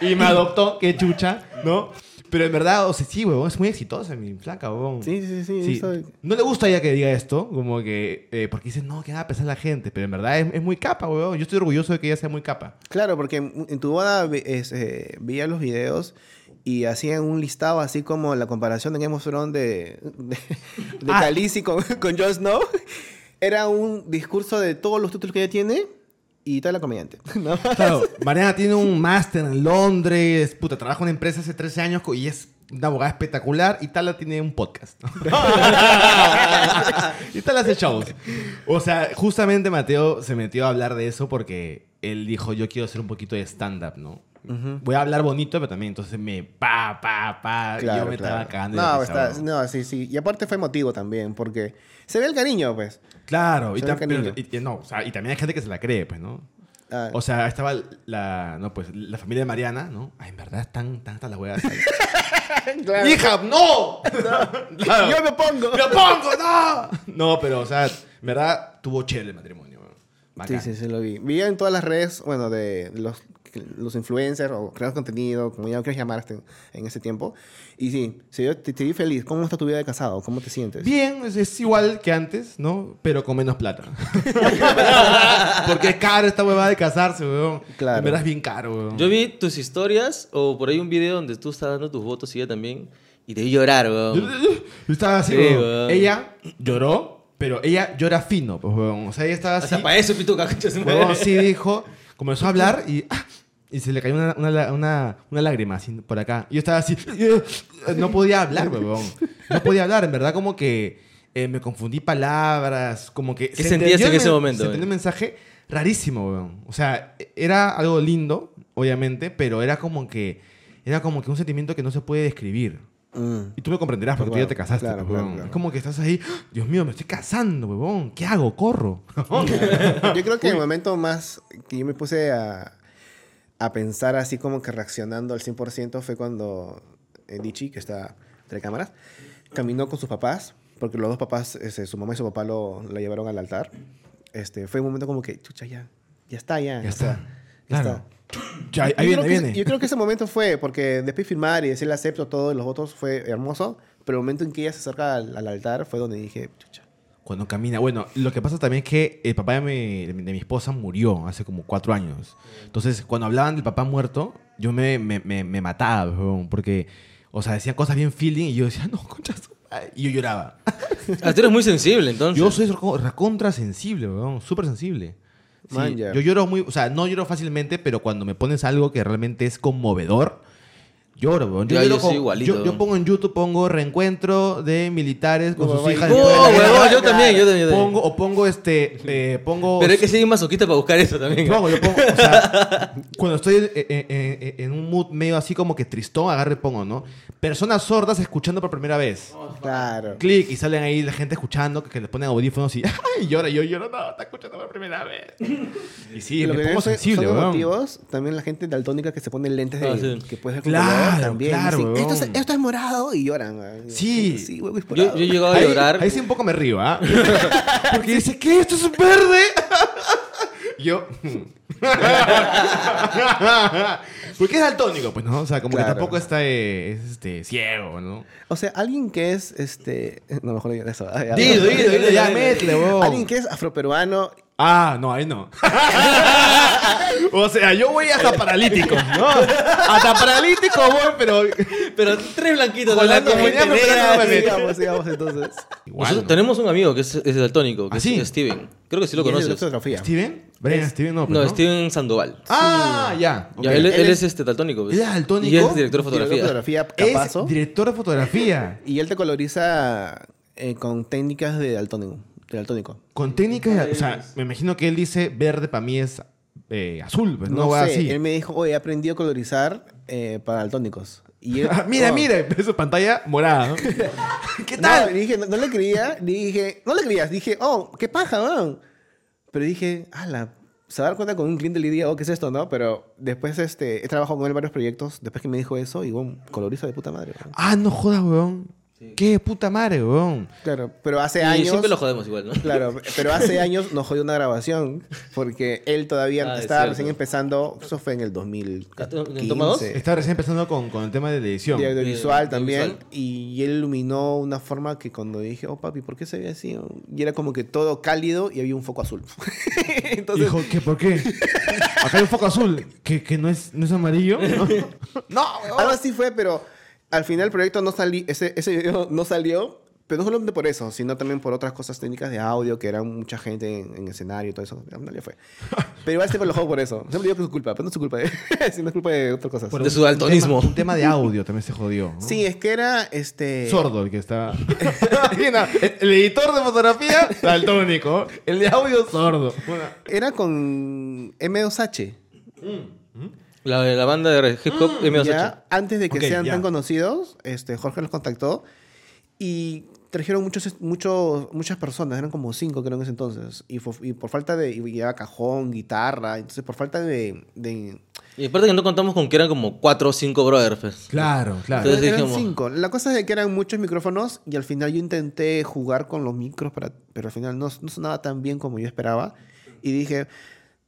Speaker 3: y me adoptó, qué chucha, ¿no? Pero en verdad, o sea, sí, weón, es muy exitosa mi flaca, weón.
Speaker 1: Sí, sí, sí,
Speaker 3: Sí.
Speaker 1: eso-
Speaker 3: No le gusta a ella que diga esto, como que. eh, porque dice, no, que va a pensar la gente. Pero en verdad es, es muy capa, weón. Yo estoy orgulloso de que ella sea muy capa.
Speaker 1: Claro, porque en en tu boda ve- es, eh, veía los videos y hacían un listado así como la comparación de Game of Thrones de, de, de
Speaker 3: Ah.
Speaker 1: Khaleesi con, con Jon Snow. Era un discurso de todos los títulos que ella tiene y toda la comediante. ¿no?
Speaker 3: Claro, Mariana tiene un máster en Londres, puta, trabaja en una empresa hace 13 años co- y es una abogada espectacular y Tala tiene un podcast. y Tala hace shows. O sea, justamente Mateo se metió a hablar de eso porque él dijo, yo quiero hacer un poquito de stand-up, ¿no? Voy a hablar bonito, pero también entonces me pa, pa, pa. Ah, y yo me estaba cagando. de
Speaker 1: No, pues,
Speaker 3: risa,
Speaker 1: está-
Speaker 3: weón.
Speaker 1: no, sí, sí. Y aparte fue emotivo también, porque se ve el cariño, pues.
Speaker 3: Claro, y,
Speaker 1: Se ve
Speaker 3: tam-
Speaker 1: cariño.
Speaker 3: pero- y- y no, o sea, y también hay gente que se la cree, pues, ¿no?
Speaker 1: Ah,
Speaker 3: O sea, estaba la, no, pues, la familia de Mariana, ¿no? Ay, en verdad están tantas las huevas.
Speaker 1: claro.
Speaker 3: ¡Hija, no! Claro.
Speaker 1: Yo me pongo.
Speaker 3: ¡Lo pongo, no! No, pero, o sea, en verdad tuvo chévere el matrimonio. weón. Bacán.
Speaker 1: Sí, sí, sí, lo vi. Vi en todas las redes, bueno, de los, los influencers o creadores de contenido, como ya lo quieras llamar este- en ese tiempo. Y sí, sí, yo te, te vi feliz. ¿Cómo está tu vida de casado? ¿Cómo te sientes?
Speaker 3: Bien, es, es igual que antes, ¿no? Pero con menos plata. Porque es caro esta huevada de casarse, weón.
Speaker 1: Claro.
Speaker 3: En verdad es bien caro, weón.
Speaker 2: Yo vi tus historias o por ahí un video donde tú estás dando tus votos y ella también. Y te vi llorar, weón.
Speaker 3: Yo estaba así,
Speaker 2: Sí,
Speaker 3: weón.
Speaker 2: weón.
Speaker 3: Ella lloró, pero ella llora fino, pues, weón. O sea, ella estaba
Speaker 2: O
Speaker 3: así.
Speaker 2: sea, para eso pituca, concha su
Speaker 3: Huevón,
Speaker 2: madre.
Speaker 3: sí dijo, comenzó a hablar y, ah, y se le cayó una, una, la- una- una lágrima así por acá. Y yo estaba así, eh, no podía hablar, huevón. No podía hablar, en verdad como que eh, me confundí palabras, como que...
Speaker 2: ¿Qué
Speaker 3: se
Speaker 2: sentías
Speaker 3: entendió
Speaker 2: en
Speaker 3: el
Speaker 2: ese
Speaker 3: men-
Speaker 2: momento,
Speaker 3: Se entendió
Speaker 2: eh?
Speaker 3: un mensaje rarísimo, huevón. O sea, e- era algo lindo, obviamente, pero era como que... Era como que un sentimiento que no se puede describir.
Speaker 1: Mm.
Speaker 3: Y tú me comprenderás porque
Speaker 1: Claro,
Speaker 3: tú ya te casaste,
Speaker 1: claro,
Speaker 3: pues,
Speaker 1: claro,
Speaker 3: huevón.
Speaker 1: claro.
Speaker 3: Es como que estás ahí, ¡Ah! Dios mío, me estoy casando, huevón. ¿Qué hago? Corro.
Speaker 1: Yo creo que el momento más que yo me puse a, a pensar así como que reaccionando al 100% fue cuando eh, Dichi, que está entre cámaras, caminó con sus papás, porque los dos papás, este, su mamá y su papá lo, la llevaron al altar. Este, fue un momento como que, chucha, ya, ya está, ya.
Speaker 3: Ya
Speaker 1: o sea,
Speaker 3: está.
Speaker 1: ya
Speaker 3: Claro.
Speaker 1: está.
Speaker 3: Ya, ahí
Speaker 1: Yo
Speaker 3: viene, ahí
Speaker 1: creo que-
Speaker 3: viene.
Speaker 1: Yo creo que ese momento fue, porque después de firmar y decirle acepto todos los votos fue hermoso, pero el momento en que ella se acerca al, al altar fue donde dije, chucha.
Speaker 3: Cuando camina. Bueno, lo que pasa también es que el papá de mi, de mi- de mi esposa murió hace como cuatro años. Entonces, cuando hablaban del papá muerto, yo me, me, me- me mataba, weón, porque, o sea, decían cosas bien feeling y yo decía, no, concha su madre", Y yo lloraba.
Speaker 2: Ah, tú eres muy sensible, entonces. Oh,
Speaker 3: Yo soy reco- recontra sensible, weón, súper sensible. Sí,
Speaker 1: Man, ya.
Speaker 3: yo lloro muy, o sea, no lloro fácilmente, pero cuando me pones algo que realmente es conmovedor, lloro, weón. Yo,
Speaker 2: Ya,
Speaker 3: lloro
Speaker 2: yo soy igualito,
Speaker 3: yo- yo
Speaker 2: weón.
Speaker 3: pongo en YouTube, pongo reencuentro de militares con sus
Speaker 1: Uy,
Speaker 3: hijas.
Speaker 2: ¡Oh,
Speaker 3: después de la guerra.
Speaker 2: huevón! Yo también, yo también. yo también.
Speaker 3: Pongo, o pongo este. eh, pongo.
Speaker 2: Oh, Pero hay que ser masoquista para buscar eso también.
Speaker 3: Pongo, yo pongo. O sea, cuando estoy eh, eh, eh, en un mood medio así como que tristón, agarre y pongo, ¿no? Personas sordas escuchando por primera vez.
Speaker 1: Claro.
Speaker 3: Clic y salen ahí la gente escuchando, que, que les ponen audífonos y, y llora, yo lloro, no, está escuchando por primera vez. Y sí,
Speaker 1: Y
Speaker 3: me
Speaker 1: que
Speaker 3: pongo
Speaker 1: son-
Speaker 3: sensible,
Speaker 1: son los
Speaker 3: weón.
Speaker 1: motivos, también la gente daltónica que se pone lentes de,
Speaker 2: Ah, sí.
Speaker 1: que puedes ver con color.
Speaker 3: Claro,
Speaker 1: también.
Speaker 3: claro,
Speaker 1: Dicen, esto, es,
Speaker 3: huevón.
Speaker 1: esto es morado y lloran. weón.
Speaker 3: Sí.
Speaker 1: Sí, huevo, es
Speaker 2: Yo,
Speaker 1: morado.
Speaker 2: yo he llegado a
Speaker 3: Ahí-
Speaker 2: llorar.
Speaker 3: Ahí, sí un poco me río, ¿ah? Porque dice, ¿qué? ¿Esto es verde? Yo... "Hmm". Porque es daltónico, pues, ¿no? O sea, como que
Speaker 1: Claro.
Speaker 3: tampoco está eh, es, este, ciego, ¿no?
Speaker 1: O sea, alguien que es, este... No, mejor digo eso. Ah, ya,
Speaker 2: Dilo,
Speaker 1: no.
Speaker 2: dilo, dilo,
Speaker 3: ya,
Speaker 2: dilo.
Speaker 3: métele, huevón.
Speaker 1: Alguien que es afroperuano.
Speaker 3: Ah, no, ahí no. o sea, yo voy hasta paralítico, ¿no? Hasta paralítico voy, pero...
Speaker 2: Pero tres blanquitos
Speaker 3: Con la
Speaker 2: hablando con
Speaker 3: comunidad
Speaker 2: gente negra,
Speaker 3: afroperuana,
Speaker 2: así.
Speaker 3: me-
Speaker 1: Sigamos, sigamos entonces.
Speaker 3: Igual,
Speaker 2: Nosotros
Speaker 3: ¿no?
Speaker 2: tenemos un amigo que es, es daltónico, que
Speaker 3: ¿Ah,
Speaker 2: es-
Speaker 3: sí?
Speaker 2: es Steven. Creo que sí lo
Speaker 1: Y es de
Speaker 2: conoces.
Speaker 1: ortografía.
Speaker 3: ¿Steven? Brian, Steven no, pues,
Speaker 2: No, Steven Sandoval.
Speaker 3: Ah, ya.
Speaker 2: Ya,
Speaker 3: ok.
Speaker 2: él, él
Speaker 1: Él
Speaker 2: es,
Speaker 1: es-
Speaker 2: este daltónico. pues.
Speaker 3: ¿Él es daltónico?
Speaker 2: Y es director de fotografía.
Speaker 1: Fotografía,
Speaker 3: Es
Speaker 1: capazo.
Speaker 3: director de fotografía.
Speaker 1: Y él te coloriza eh, con técnicas de daltónico. De daltónico.
Speaker 3: Con técnicas, o sea, me imagino que él dice verde para mí es eh, azul, pues no,
Speaker 1: No,
Speaker 3: va
Speaker 1: sé,
Speaker 3: así.
Speaker 1: él me dijo, oye, he aprendido a colorizar eh, para daltónicos. Y él-
Speaker 3: Ah, mira,
Speaker 1: oh.
Speaker 3: mira, es su pantalla morada. ¿no? ¿Qué
Speaker 1: No,
Speaker 3: tal?
Speaker 1: le dije, no, no le creía, le dije, no le creías, dije, oh, qué paja, weón. Pero dije, ala, se va a dar cuenta con un cliente le diría, oh, ¿qué es esto, no? Pero después, este, he trabajado con él en varios proyectos, después que me dijo eso, y bueno, coloriza de puta madre. weón.
Speaker 3: Ah, no jodas, weón. Qué puta madre, weón.
Speaker 1: Claro, pero hace
Speaker 2: Y
Speaker 1: años...
Speaker 2: siempre lo jodemos igual, ¿no?
Speaker 1: Claro, pero hace años nos jodió una grabación porque él todavía
Speaker 2: Ah, es
Speaker 1: estaba
Speaker 2: cierto.
Speaker 1: recién empezando. Eso fue en el 2014.
Speaker 2: ¿En Toma Dos?
Speaker 1: de
Speaker 3: Estaba recién empezando con, con el tema de la edición.
Speaker 1: audiovisual
Speaker 2: Eh,
Speaker 1: también.
Speaker 2: audiovisual.
Speaker 1: Y él iluminó una forma que cuando dije, oh papi, ¿por qué se ve así? Y era como que todo cálido y había un foco azul. Entonces,
Speaker 3: Dijo, ¿qué por qué? Acá hay un foco azul, que, que no, es, no es amarillo. No,
Speaker 1: algo así fue, pero al final el proyecto no salió, ese, ese video no salió. Pero no solamente por eso, sino también por otras cosas técnicas de audio, que eran mucha gente en, en escenario y todo eso. Nadie fue. Pero igual siempre lo juego por eso. Siempre digo que es su culpa, pero no es su culpa. De, sino es culpa de otras cosas.
Speaker 2: De su daltonismo.
Speaker 3: Un tema, un tema de audio también se jodió. ¿no? Eh,
Speaker 1: Sí, es que era este.
Speaker 3: Sordo el que está. Mira, el, el editor de fotografía, daltónico. El de audio, sordo.
Speaker 1: Era con M2H.
Speaker 2: La, la banda de hip hop M2H.
Speaker 1: Ya, antes de que
Speaker 3: Ok,
Speaker 1: sean
Speaker 3: ya.
Speaker 1: tan conocidos, este, Jorge los contactó y trajeron muchos, muchos, muchas personas, eran como cinco creo en ese entonces. Y, fue- y por falta de. Y llevaba cajón, guitarra, entonces por falta de. de-
Speaker 2: Y aparte que no contamos con que eran como cuatro o cinco brothers. pues.
Speaker 3: Claro, claro.
Speaker 2: Entonces
Speaker 1: eran
Speaker 2: dijimos-
Speaker 1: cinco. La cosa es de que eran muchos micrófonos y al final yo intenté jugar con los micros, para, pero al final no, no sonaba tan bien como yo esperaba. Y dije,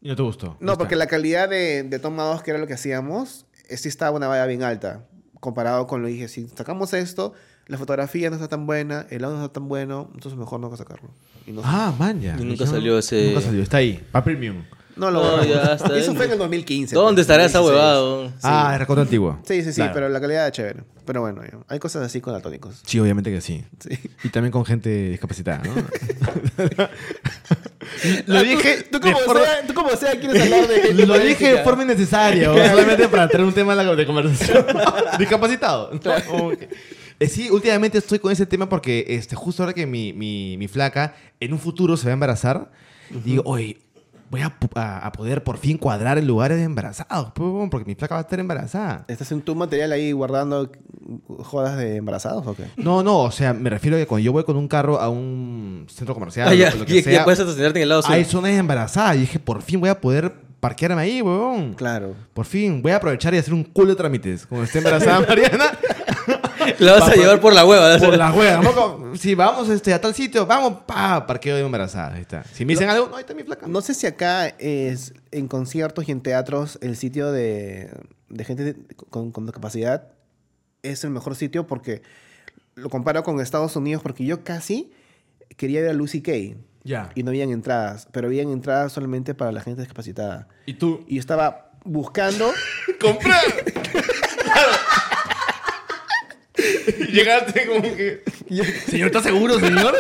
Speaker 3: Y no te gustó.
Speaker 1: No, porque la calidad de, de toma 2, que era lo que hacíamos, eh, sí estaba una valla bien alta. Comparado con lo que dije, si sacamos esto, la fotografía no está tan buena, el audio no está tan bueno, entonces mejor no sacarlo. Y no,
Speaker 3: Ah, man, ya.
Speaker 2: Y nunca salió ese-
Speaker 3: Nunca salió, está ahí. Para premium.
Speaker 1: no lo
Speaker 2: No,
Speaker 1: borramos.
Speaker 2: ya está.
Speaker 1: Eso fue en el 2015.
Speaker 2: ¿Dónde
Speaker 1: pues,
Speaker 2: estará esa
Speaker 1: 2016.
Speaker 2: huevada?
Speaker 3: Ah, es recontra antiguo.
Speaker 1: Sí, sí, sí,
Speaker 3: Claro.
Speaker 1: pero la calidad es chévere. Pero bueno, ya, hay cosas así con atónicos.
Speaker 3: Sí, obviamente que sí.
Speaker 1: Sí.
Speaker 3: Y también con gente discapacitada, ¿no? Lo dije.
Speaker 1: Tú, como,
Speaker 3: de forma-
Speaker 1: sea, tú como sea quieres hablar de gente
Speaker 3: Lo dije de
Speaker 1: política.
Speaker 3: forma innecesaria, o solamente para traer un tema a la- de conversación. Discapacitado. ¿no? Como que- Eh, sí, últimamente estoy con ese tema porque este, justo ahora que mi, mi- mi flaca en un futuro se va a embarazar, digo, oye, voy a, pu- a- a poder por fin cuadrar en lugares de embarazados, pum, porque mi flaca va a estar embarazada.
Speaker 2: Eh.
Speaker 1: ¿Estás en tu material ahí guardando jodas de embarazados o qué?
Speaker 3: No, no, o sea, me refiero a que cuando yo voy con un carro a un centro comercial,
Speaker 2: Ah, ya,
Speaker 3: o lo que
Speaker 2: ya,
Speaker 3: sea,
Speaker 2: ya puedes estacionarte en el
Speaker 1: Ah,
Speaker 2: lado sur.
Speaker 3: hay zonas de embarazadas. Y dije, por fin voy a poder parquearme ahí, weón.
Speaker 1: Claro.
Speaker 3: Por fin, voy a aprovechar y hacer un culo de trámites. Como esté embarazada Mariana,
Speaker 2: La vas a llevar por la hueva.
Speaker 3: por la hueá. Vamos, Si vamos este, a tal sitio, vamos, pa, parqueo de embarazada. Ahí está. Si me dicen algo, no, ahí está mi flaca.
Speaker 1: No sé si acá es en conciertos y en teatros el sitio de, de gente de- con, con discapacidad es el mejor sitio porque lo comparo con Estados Unidos porque yo casi quería ver a Lucy Kay
Speaker 3: Ya.
Speaker 1: y no habían entradas, pero habían entradas solamente para la gente discapacitada.
Speaker 3: Y tú,
Speaker 1: Y yo estaba buscando,
Speaker 3: comprar. Llegaste como que. Señor, ¿estás seguro, señor?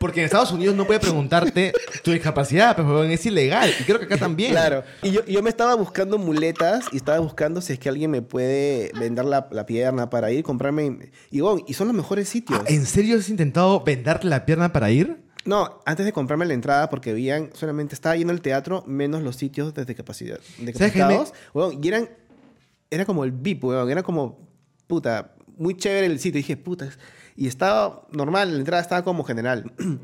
Speaker 3: Porque en Estados Unidos no puede preguntarte tu discapacidad, pero huevón, es ilegal. Y creo que acá también.
Speaker 1: claro, y yo, yo me estaba buscando muletas y estaba buscando si es que alguien me puede vender la, la pierna para ir comprarme. Y, bueno, y son los mejores sitios.
Speaker 3: Ah, ¿En serio has intentado vendarte la pierna para ir?
Speaker 1: No, antes de comprarme la entrada, porque habían, solamente estaba lleno el teatro, menos los sitios de discapacidad. De
Speaker 3: ¿Sabes qué me-
Speaker 1: capacitados. Weón, y eran, era como el VIP, weón, era como, puta, muy chévere el sitio. Y dije, puta, es- y estaba normal, la entrada estaba como general.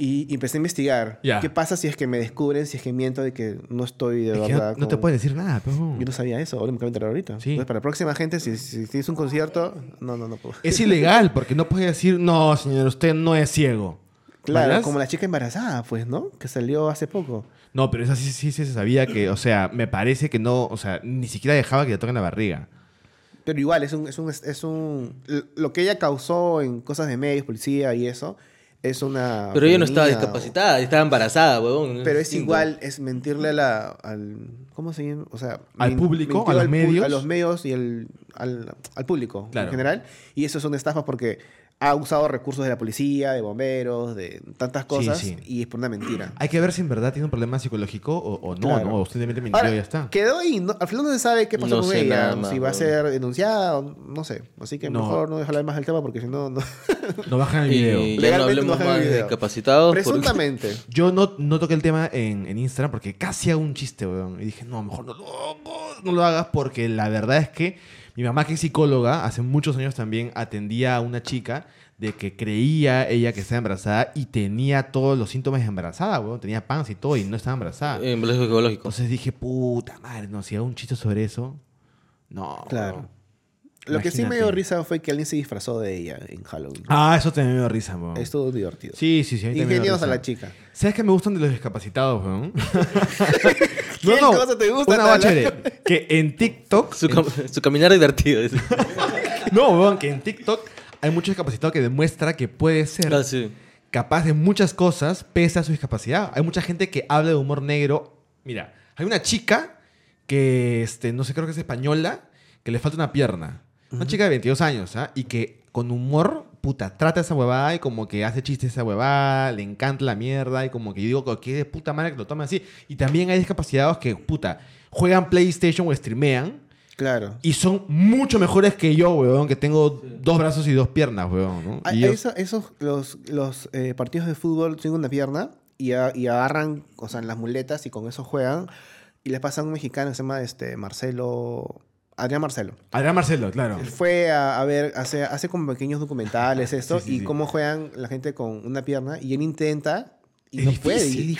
Speaker 1: Y, y empecé a investigar.
Speaker 3: Ya.
Speaker 1: ¿Qué pasa si es que me descubren, si es que miento de que no estoy de
Speaker 3: Es que
Speaker 1: verdad?
Speaker 3: no, no te
Speaker 1: con-
Speaker 3: pueden decir nada, pero...
Speaker 1: Yo no sabía eso, ahora me acabo de enterar ahorita.
Speaker 3: Sí.
Speaker 1: Entonces, para la próxima gente, si, si, si es un concierto, no, no, no puedo.
Speaker 3: Es ilegal, porque no puedes decir, no, señor, usted no es ciego.
Speaker 1: Claro,
Speaker 3: ¿Mañas?
Speaker 1: como la chica embarazada, pues, ¿no? Que salió hace poco.
Speaker 3: No, pero esa sí, sí, sí se sabía que, o sea, me parece que no, o sea, ni siquiera dejaba que le toquen la barriga.
Speaker 1: Pero igual, es un, es un, es un... Lo que ella causó en cosas de medios, policía y eso, es una...
Speaker 2: Pero ella no estaba
Speaker 1: felonía.
Speaker 2: discapacitada, estaba embarazada, huevón.
Speaker 1: Pero es
Speaker 2: distinto.
Speaker 1: igual, es mentirle a la, al... ¿Cómo se llama? O sea...
Speaker 3: Al
Speaker 1: men-
Speaker 3: público,
Speaker 1: mintió
Speaker 3: a los
Speaker 1: al pu-
Speaker 3: medios.
Speaker 1: A los medios y el, al, al público
Speaker 3: Claro.
Speaker 1: en general. Y eso es una estafa porque ha usado recursos de la policía, de bomberos, de tantas cosas.
Speaker 3: sí. Ah,
Speaker 1: Y es por una mentira.
Speaker 3: Hay que ver si en verdad tiene un problema psicológico o, o no,
Speaker 1: Claro.
Speaker 3: ¿no? O simplemente mintió
Speaker 1: Ahora,
Speaker 3: y ya está.
Speaker 1: Quedó ahí. no- al final no se sabe qué pasó
Speaker 2: No
Speaker 1: con
Speaker 2: sé
Speaker 1: ella.
Speaker 2: nada más,
Speaker 1: si va a
Speaker 2: ¿no?
Speaker 1: ser denunciada, o no sé. Así que
Speaker 3: No.
Speaker 1: mejor no dejo hablar más del tema porque si no. no.
Speaker 3: No
Speaker 2: Eh,
Speaker 3: bajan el video.
Speaker 2: Y ya no
Speaker 1: Legalmente
Speaker 2: hablemos
Speaker 1: no hay
Speaker 2: más de
Speaker 1: video.
Speaker 2: discapacitados. porque-
Speaker 1: Presuntamente.
Speaker 3: Yo no, no toqué el tema en, en Instagram porque casi hago un chiste, weón. Y dije, no, mejor no lo, no lo hagas porque la verdad es que mi mamá, que es psicóloga, hace muchos años también atendía a una chica de que creía ella que estaba embarazada y tenía todos los síntomas de embarazada, weón. Tenía panza y todo y no estaba embarazada.
Speaker 2: En Blasfemo ecológico.
Speaker 3: Entonces dije, puta madre, no, si hago un chiste sobre eso, no.
Speaker 1: Claro.
Speaker 3: weón.
Speaker 1: Lo que sí me dio
Speaker 3: Imagínate.
Speaker 1: risa fue que alguien se disfrazó de ella en Halloween.
Speaker 3: Ah, eso también me dio risa, weón.
Speaker 1: Estuvo divertido.
Speaker 3: Sí, sí, sí. a mí también me dio
Speaker 1: Ingenios a
Speaker 3: risa.
Speaker 1: la chica.
Speaker 3: ¿Sabes qué me gustan de los discapacitados, weón?
Speaker 1: ¿Qué cosa te gusta,
Speaker 3: Una
Speaker 1: Tala?
Speaker 3: va chévere. Que en TikTok.
Speaker 2: Su, cam- su caminar divertido. dice.
Speaker 3: No, weón, que en TikTok hay muchos discapacitados que demuestra que puede ser
Speaker 2: Ah, sí.
Speaker 3: capaz de muchas cosas pese a su discapacidad. Hay mucha gente que habla de humor negro. Mira, hay una chica que, este, no sé, creo que es española, que le falta una pierna. Una chica de 22 años, ¿ah? Y que con humor, puta, trata esa huevada y como que hace chistes esa huevada, le encanta la mierda y como que yo digo, que de puta madre que lo tomen así. Y también hay discapacitados que, puta, juegan PlayStation o streamean.
Speaker 1: Claro.
Speaker 3: Y son mucho mejores que yo, weón, que tengo dos brazos y dos piernas, weón, ¿no?
Speaker 1: Ah,
Speaker 3: Y yo-
Speaker 1: eso- esos, los, los eh, partidos de fútbol tienen una pierna y, a- y agarran, o sea, en las muletas y con eso juegan. Y les pasa a un mexicano que se llama este, Marcelo. Adrián Marcelo.
Speaker 3: Adrián Marcelo, claro.
Speaker 1: Fue a, a ver, hace, hace como pequeños documentales esto
Speaker 3: Sí, sí,
Speaker 1: y
Speaker 3: sí.
Speaker 1: cómo juegan la gente con una pierna y él intenta y
Speaker 3: Es
Speaker 1: no puede, y
Speaker 3: difícil.
Speaker 1: es
Speaker 3: Sí,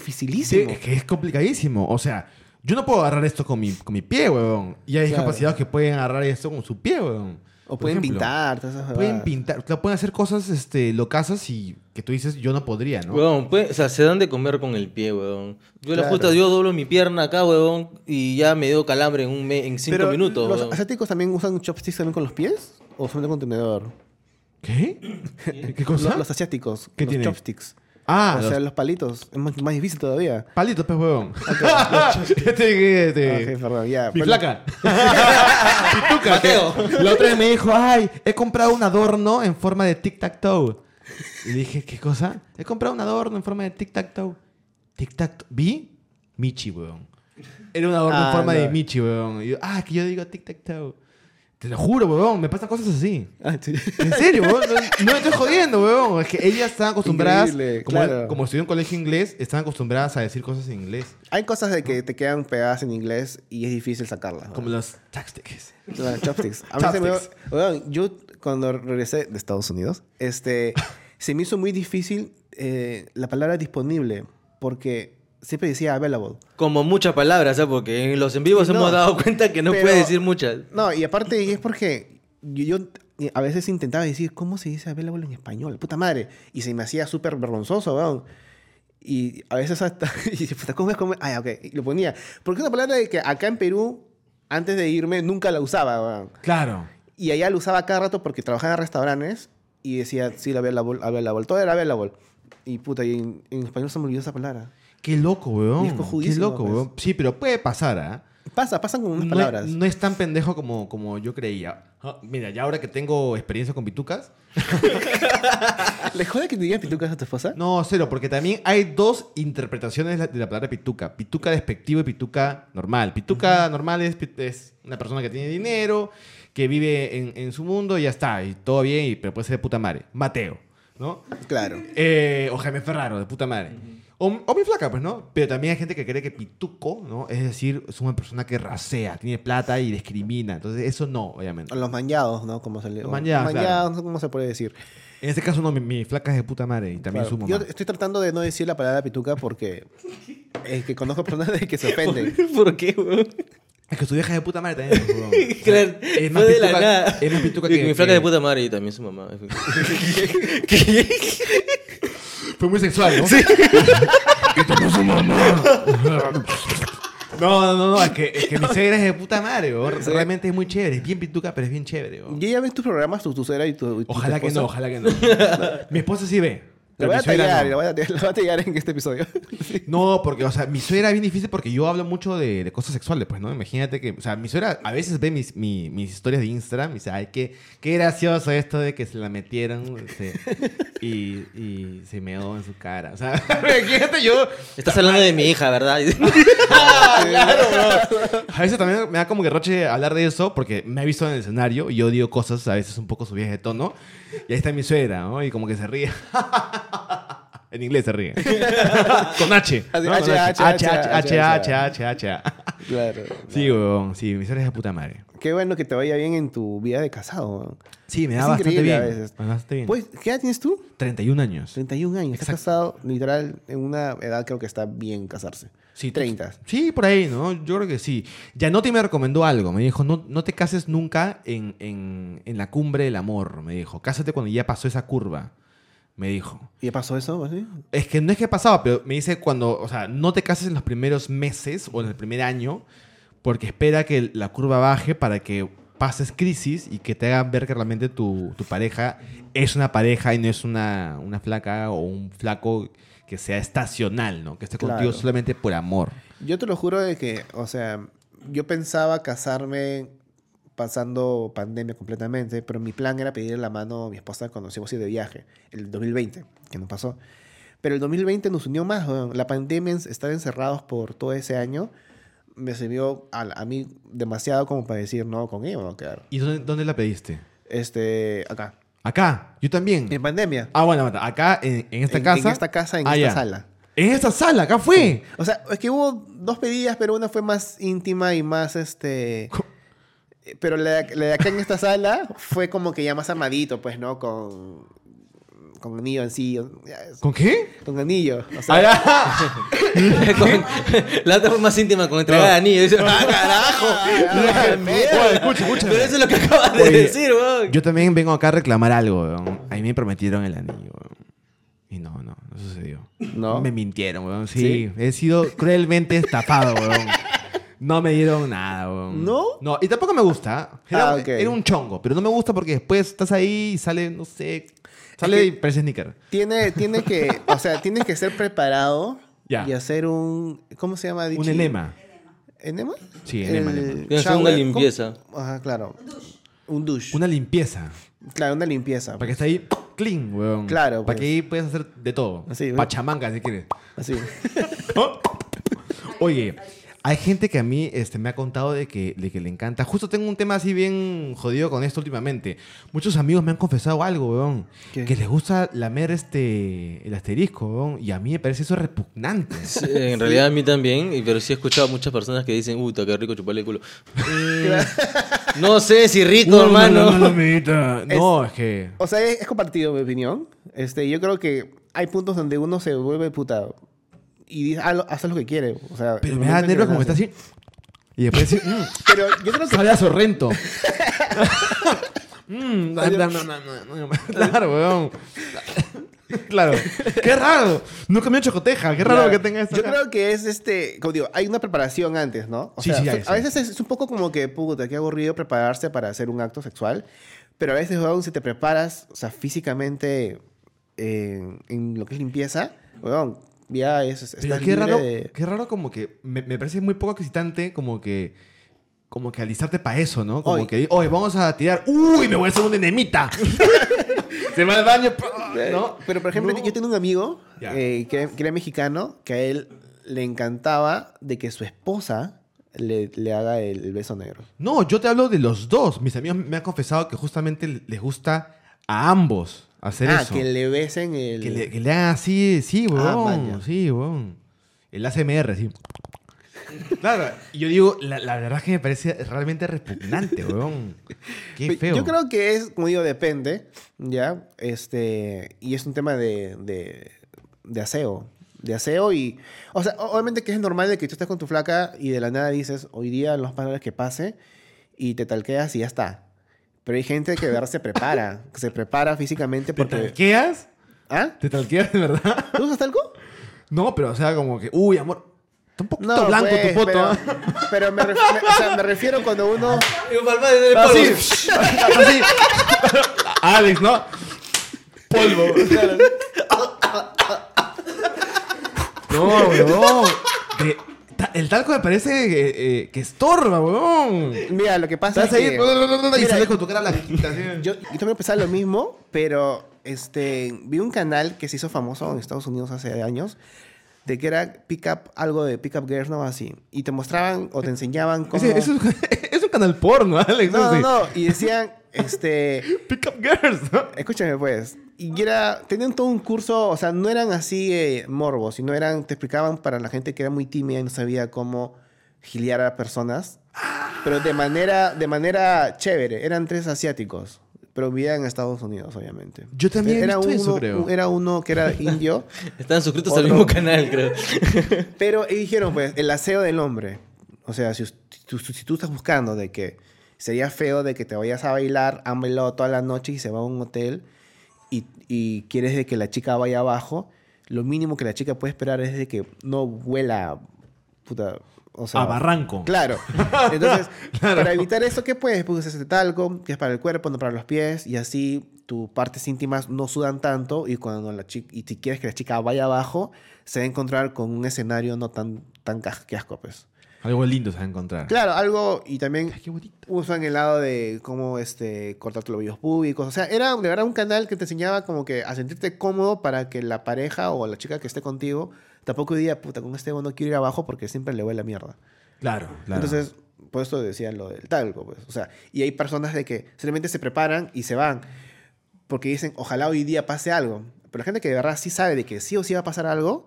Speaker 1: dificilísimo.
Speaker 3: es que es complicadísimo. O sea, yo no puedo agarrar esto con mi, con mi pie, weón. Y
Speaker 1: Claro.
Speaker 3: hay discapacitados que pueden agarrar esto con su pie, weón.
Speaker 1: o
Speaker 3: Por
Speaker 1: pueden
Speaker 3: ejemplo,
Speaker 1: pintar, todas esas
Speaker 3: Pueden
Speaker 1: huevadas.
Speaker 3: pintar, claro, pueden hacer cosas este, locasas y que tú dices, yo no podría, ¿no?
Speaker 2: Huevón, pues, o sea, se dan de comer con el pie, huevón. Yo la
Speaker 1: Claro.
Speaker 2: justa, yo doblo mi pierna acá, huevón, y ya me dio calambre en, un me- en cinco
Speaker 1: Pero,
Speaker 2: minutos,
Speaker 1: ¿Los
Speaker 2: huevón.
Speaker 1: asiáticos también usan chopsticks también con los pies? ¿O son de contenedor?
Speaker 3: ¿Qué? ¿Qué
Speaker 1: Lo-
Speaker 3: cosa?
Speaker 1: Los asiáticos.
Speaker 3: ¿Qué
Speaker 1: los
Speaker 3: tienen?
Speaker 1: chopsticks.
Speaker 3: ah,
Speaker 1: o
Speaker 3: los
Speaker 1: sea, los palitos. Es más, más difícil todavía.
Speaker 3: palitos, pues, weón. Este, que-
Speaker 1: Ah,
Speaker 3: este-
Speaker 1: ok, perdón, ya.
Speaker 3: Mi
Speaker 1: Bueno,
Speaker 3: flaca. Pituca. que La otra vez me dijo, ay, he comprado un adorno en forma de tic-tac-toe. Y dije, ¿qué cosa? He comprado un adorno en forma de tic-tac-toe. Tic-tac-toe. ¿Vi? Michi, weón. Era un adorno
Speaker 1: Ah,
Speaker 3: en forma de
Speaker 1: no.
Speaker 3: Michi, weón. Y yo, ah, que yo digo tic-tac-toe. Te lo juro, weón. Me pasan cosas así.
Speaker 1: ah, sí.
Speaker 3: En serio, weón. No, no me estoy jodiendo, weón. Es que ellas estaban acostumbradas.
Speaker 1: Increíble,
Speaker 3: como,
Speaker 1: claro.
Speaker 3: como estudió en colegio inglés, estaban acostumbradas a decir cosas en inglés.
Speaker 1: Hay cosas de que te quedan pegadas en inglés y es difícil sacarlas. ¿no?
Speaker 3: Como los tactics.
Speaker 1: Los chopsticks. A mí se me-
Speaker 3: Chopsticks.
Speaker 1: Weón, yo cuando regresé de Estados Unidos, este, se me hizo muy difícil eh, la palabra disponible porque siempre decía available.
Speaker 2: Como muchas palabras, ¿sabes? Porque en los en vivos
Speaker 1: No,
Speaker 2: hemos dado cuenta que no
Speaker 1: pero-
Speaker 2: puede decir muchas.
Speaker 1: No, y aparte y es porque yo, yo a veces intentaba decir, ¿cómo se dice available en español? Puta madre. Y se me hacía súper vergonzoso, weón. Y a veces hasta... Y dije, puta, ¿cómo es? ¿Cómo es? Ah, ok. Y lo ponía. Porque es una palabra de que acá en Perú, antes de irme, nunca la usaba, weón.
Speaker 3: Claro.
Speaker 1: Y allá lo usaba cada rato porque trabajaba en restaurantes y decía, sí, la available, available. Todo era available. Y puta, y en, en español se me olvidó esa palabra.
Speaker 3: Qué loco, weón.
Speaker 1: Y es
Speaker 3: Qué
Speaker 1: cojudísimo,
Speaker 3: loco,
Speaker 1: pues.
Speaker 3: weón. Sí, pero puede pasar, ¿ah?
Speaker 1: Pasa, pasan con unas
Speaker 3: No,
Speaker 1: palabras.
Speaker 3: es- no es tan pendejo como, como yo creía. Ah, mira, ya ahora que tengo experiencia con pitucas.
Speaker 1: ¿Le jode que te digas pitucas a tu esposa?
Speaker 3: No, cero, porque también hay dos interpretaciones de la- de la palabra pituca. Pituca despectivo y pituca normal. Pituca normal es, pit- es una persona que tiene dinero, que vive en, en su mundo y ya está. Y todo bien, y, pero puede ser de puta madre. Mateo, ¿no?
Speaker 1: Claro.
Speaker 3: Eh, o Jaime Ferraro, de puta madre. o, o mi flaca, pues, ¿no? Pero también hay gente que cree que pituco, ¿no? Es decir, es una persona que rasea, tiene plata y discrimina. Entonces, eso no, obviamente.
Speaker 1: Los manllados, ¿no? Como se le...
Speaker 3: Los manllados,
Speaker 1: manllados, no sé cómo se puede decir.
Speaker 3: En este caso, no, mi, mi flaca es de puta madre y también
Speaker 1: Claro.
Speaker 3: su mamá.
Speaker 1: Yo estoy tratando de no decir la palabra pituca porque es que conozco personas de que se ofenden.
Speaker 2: ¿Por qué, weón?
Speaker 3: Es que tu vieja es de puta madre también. pues, huevón. O sea,
Speaker 2: Claro,
Speaker 3: es más
Speaker 2: fue de
Speaker 3: pituca,
Speaker 2: la nada.
Speaker 3: Es más pituca
Speaker 2: Y
Speaker 3: que.
Speaker 2: Mi flaca
Speaker 3: que-
Speaker 2: de puta madre y también su mamá. ¿Qué?
Speaker 3: Fue muy sexual, ¿no? Sí. y tomó su mamá. No, no, no, no, es que, es que mi suegra es de puta madre, weón. realmente es muy chévere, es bien pituca, pero es bien chévere. weón.
Speaker 1: Y ella ve tus programas, tu, tu suegra y tu. y tu
Speaker 3: Ojalá que
Speaker 1: esposa.
Speaker 3: no, ojalá que no. mi esposa sí ve.
Speaker 1: La
Speaker 3: pero
Speaker 1: voy
Speaker 3: mi
Speaker 1: a
Speaker 3: suegra
Speaker 1: tallar,
Speaker 3: no.
Speaker 1: la voy a, la voy a tallar en este episodio. Sí.
Speaker 3: No, porque, o sea, mi suegra es bien difícil porque yo hablo mucho de, de cosas sexuales, pues, ¿no? Imagínate que, o sea, mi suegra a veces ve mis, mi- mis historias de Instagram y dice, ay, qué, qué gracioso esto de que se la metieron se- y, y se meó en su cara. O sea, imagínate yo,
Speaker 2: Estás hablando de mi hija, ¿verdad?
Speaker 3: a veces también me da como que roche hablar de eso porque me ha visto en el escenario y yo digo cosas a veces un poco subidas de tono y ahí está mi suegra, ¿no? Y como que se ríe. En inglés se ríe. Con H.
Speaker 1: Así,
Speaker 3: ¿no? Con
Speaker 1: H,
Speaker 3: H,
Speaker 1: H,
Speaker 3: H, H, H,
Speaker 1: H,
Speaker 3: H, H, H.
Speaker 1: Claro.
Speaker 3: Sí, weón. Sí, mi suegra es de puta madre.
Speaker 1: Qué bueno que te vaya bien en tu vida de casado. weón.
Speaker 3: Sí, me
Speaker 1: Es
Speaker 3: da bastante
Speaker 1: increíble
Speaker 3: bien.
Speaker 1: a veces.
Speaker 3: Me da bastante bien.
Speaker 1: Pues, ¿qué edad tienes tú?
Speaker 3: 31 años.
Speaker 1: 31 años. Estás casado, literal, en una edad creo que está bien casarse.
Speaker 3: Sí, pues,
Speaker 1: 30.
Speaker 3: Sí, por ahí, ¿no? Yo creo que sí. Yanotti me recomendó algo. Me dijo, no, no te cases nunca en, en, en la cumbre del amor. Me dijo, cásate cuando ya pasó esa curva. Me dijo.
Speaker 1: ¿Y ya pasó eso? así?
Speaker 3: Es que no es que pasaba, pero me dice cuando, o sea, no te cases en los primeros meses o en el primer año, porque espera que la curva baje para que pases crisis y que te hagan ver que realmente tu, tu pareja es una pareja y no es una, una flaca o un flaco que sea estacional, ¿no? Que esté contigo
Speaker 1: Claro.
Speaker 3: solamente por amor.
Speaker 1: Yo te lo juro de que, o sea, yo pensaba casarme pasando pandemia completamente, pero mi plan era pedirle la mano a mi esposa cuando nos íbamos a ir de viaje, el 2020, que nos pasó. Pero el 2020 nos unió más, weón. la pandemia, ens- estar encerrados por todo ese año, me sirvió a, a mí demasiado como para decir, no, con ella me voy a quedar.
Speaker 3: ¿Y dónde, dónde la pediste?
Speaker 1: Este, acá,
Speaker 3: Acá, yo también.
Speaker 1: en pandemia.
Speaker 3: Ah, bueno, aguanta, acá en, en esta
Speaker 1: en,
Speaker 3: casa.
Speaker 1: En esta casa, en
Speaker 3: Ah,
Speaker 1: esta
Speaker 3: ya.
Speaker 1: sala.
Speaker 3: En esta sala, acá fue.
Speaker 1: O sea, es que hubo dos pedidas, pero una fue más íntima y más este.
Speaker 3: Co-
Speaker 1: Pero la, de ac- la de acá en esta sala fue como que ya más armadito, pues, ¿no? Con. Con anillo en sí. o- ya es-
Speaker 3: ¿Con qué?
Speaker 1: Con anillo. O sea,
Speaker 3: Ah, ya.
Speaker 2: Con- la otra fue más íntima con entregar
Speaker 3: No.
Speaker 2: anillo. Dice, ¡Ah, carajo!
Speaker 1: Ah,
Speaker 2: ¡Qué
Speaker 1: mierda!
Speaker 2: mierda!
Speaker 3: escucha, escúchame.
Speaker 2: Pero eso es lo que acabas de
Speaker 3: Oye,
Speaker 2: decir, weón.
Speaker 3: Yo también vengo acá a reclamar algo, weón. A mí me prometieron el anillo, weón. Y no, no, no sucedió.
Speaker 1: ¿No?
Speaker 3: Me mintieron, weón. Sí,
Speaker 1: ¿Sí?
Speaker 3: he sido cruelmente estafado, weón. No me dieron nada, weón.
Speaker 1: ¿No?
Speaker 3: No, y tampoco me gusta. Era,
Speaker 1: Ah, ok.
Speaker 3: era un chongo, pero no me gusta porque después estás ahí y sale, no sé, sale
Speaker 1: que-
Speaker 3: y parece sneaker.
Speaker 1: Tiene, tiene que. O sea, tienes que ser preparado
Speaker 3: Ya.
Speaker 1: y hacer un. ¿Cómo se llama?
Speaker 3: Un
Speaker 1: Dichi?
Speaker 3: enema.
Speaker 1: ¿Enema?
Speaker 3: Sí, enema,
Speaker 1: El
Speaker 3: enema.
Speaker 2: que hacer una
Speaker 1: shower, ¿cómo?
Speaker 2: limpieza.
Speaker 1: Ajá, claro. Un douche.
Speaker 3: Una limpieza.
Speaker 1: Claro, una limpieza.
Speaker 3: Para que esté ahí clean, weón.
Speaker 1: Claro,
Speaker 3: Para
Speaker 1: pues.
Speaker 3: que ahí puedas hacer de todo.
Speaker 1: Así, weón.
Speaker 3: Pachamanga, si quieres.
Speaker 1: Así.
Speaker 3: Oye, hay gente que a mí este, me ha contado de que, de que le encanta. Justo tengo un tema así bien jodido con esto últimamente. Muchos amigos me han confesado algo, weón.
Speaker 1: ¿Qué?
Speaker 3: Que les gusta lamer este, el asterisco, weón. Y a mí me parece eso repugnante.
Speaker 2: Sí, En realidad a mí también, y- pero sí he escuchado a muchas personas que dicen, uy, qué rico chuparle el culo. Mm, no sé si rico,
Speaker 3: No,
Speaker 2: hermano.
Speaker 3: No, no, no, amiguita. No, es que...
Speaker 1: O sea, es, es compartido mi opinión. Este, yo creo que hay puntos donde uno se vuelve puta y dice, "Ah, lo- hace lo que quiere. O sea,
Speaker 3: Pero
Speaker 1: el
Speaker 3: me da
Speaker 1: momento en que
Speaker 3: nervios como
Speaker 1: lo
Speaker 3: que está
Speaker 1: hace.
Speaker 3: así... Y después decir... mm,
Speaker 1: Pero yo creo que
Speaker 3: Sale a Sorrento. Mm, no, no, no, no, no. Claro, weón. Claro. Qué raro. No comió chocoteja. Qué raro
Speaker 1: Claro.
Speaker 3: que tenga esto.
Speaker 1: Yo
Speaker 3: acá.
Speaker 1: creo que es este, como digo, hay una preparación antes, ¿no? O
Speaker 3: Sí,
Speaker 1: sea,
Speaker 3: sí, hay,
Speaker 1: a
Speaker 3: sí.
Speaker 1: veces es, es un poco como que, puta, qué aburrido prepararse para hacer un acto sexual, pero a veces, weón, si te preparas, o sea, físicamente eh, en lo que es limpieza, weón, ya es, es-
Speaker 3: Pero
Speaker 1: estás
Speaker 3: qué
Speaker 1: libre
Speaker 3: raro,
Speaker 1: de-
Speaker 3: qué raro como que me, me parece muy poco excitante como que como que alistarte para eso, ¿no? Como
Speaker 1: Oye.
Speaker 3: que, oye, vamos a tirar, uy, me voy a hacer una enemita. Se va al baño, pa- ¿no?
Speaker 1: Pero, por ejemplo,
Speaker 3: No.
Speaker 1: yo tengo un amigo
Speaker 3: Ya.
Speaker 1: eh, que, que era mexicano que a él le encantaba de que su esposa le, le haga el, el beso negro.
Speaker 3: No, yo te hablo de los dos. Mis amigos me han confesado que justamente les gusta a ambos hacer
Speaker 1: ah,
Speaker 3: eso.
Speaker 1: que le besen el...
Speaker 3: Que le, que le hagan así, sí,
Speaker 1: Ah,
Speaker 3: weón.
Speaker 1: vaya.
Speaker 3: sí, weón. El ACMR, sí. Claro, y yo digo, la, la verdad es que me parece realmente repugnante, weón. Qué
Speaker 1: Pe-
Speaker 3: feo.
Speaker 1: Yo creo que es, como digo, depende, ¿ya? Este, y es un tema de, de, de aseo. De aseo y... O sea, o- obviamente que es normal de que tú estés con tu flaca y de la nada dices, hoy día los paneles que pase y te talqueas y ya está. Pero hay gente que de verdad se prepara, que se prepara físicamente
Speaker 3: ¿Te
Speaker 1: porque...
Speaker 3: talqueas?
Speaker 1: ¿Ah?
Speaker 3: ¿Te talqueas de verdad?
Speaker 1: ¿Tú usas talco?
Speaker 3: No, pero o sea, como que, uy, amor. Está un poquito blanco
Speaker 1: pues,
Speaker 3: tu foto.
Speaker 1: Pero,
Speaker 3: ¿ah?
Speaker 1: pero me, ref- me- o sea, me refiero cuando uno...
Speaker 2: Ah,
Speaker 3: Así. así. Alex, ¿no? Polvo. No, weón. De- ta- el talco me parece eh, eh, que estorba, weón.
Speaker 1: Mira, lo que pasa
Speaker 3: Estás
Speaker 1: es que...
Speaker 3: ahí y
Speaker 1: Mira,
Speaker 3: sales con tu cara blanquita. así.
Speaker 1: Yo, yo también pensaba lo mismo, pero este, vi un canal que se hizo famoso en Estados Unidos hace años, de que era Pick Up, algo de Pick Up Girls, no así. Y te mostraban o te enseñaban cómo...
Speaker 3: Ese- es, un, es un canal porno, Alex.
Speaker 1: no, no,
Speaker 3: Sí.
Speaker 1: no. Y decían, este...
Speaker 3: Pick up girls, ¿no?
Speaker 1: Escúchame, pues. Y era... Tenían todo un curso, o sea, no eran así eh, morbos, sino eran... Te explicaban para la gente que era muy tímida y no sabía cómo giliar a personas. Pero de manera, de manera chévere. Eran tres asiáticos. Pero vivían en Estados Unidos, obviamente.
Speaker 3: Yo también he
Speaker 1: era
Speaker 3: visto
Speaker 1: uno,
Speaker 3: eso, creo.
Speaker 1: un- Era uno que era indio.
Speaker 2: Están suscritos al
Speaker 1: Otro.
Speaker 2: mismo canal, creo.
Speaker 1: pero y dijeron, pues, el aseo del hombre. O sea, si, us- tú- si tú estás buscando de que sería feo de que te vayas a bailar, han bailado toda la noche y se va a un hotel y, y quieres de que la chica vaya abajo, lo mínimo que la chica puede esperar es de que no vuela, puta, o sea...
Speaker 3: A barranco.
Speaker 1: Claro. Entonces, para evitar eso, ¿qué puedes? Puedes hacer talco, que es para el cuerpo, no para los pies, y así tus partes íntimas no sudan tanto y cuando la chica, y si quieres que la chica vaya abajo, se va a encontrar con un escenario no tan, tan cas- que asco, pues.
Speaker 3: Algo lindo se va a encontrar.
Speaker 1: Claro, algo, y también
Speaker 3: Ay, qué bonito.
Speaker 1: usan el lado de cómo este, cortarte los vellos públicos. O sea, era de verdad un canal que te enseñaba como que a sentirte cómodo para que la pareja o la chica que esté contigo tampoco diga, puta, con este no quiero ir abajo porque siempre le voy la mierda.
Speaker 3: Claro, claro.
Speaker 1: Entonces, por eso decían lo del talco, pues. O sea, y hay personas de que simplemente se preparan y se van. Porque dicen, ojalá hoy día pase algo. Pero la gente que de verdad sí sabe de que sí o sí va a pasar algo,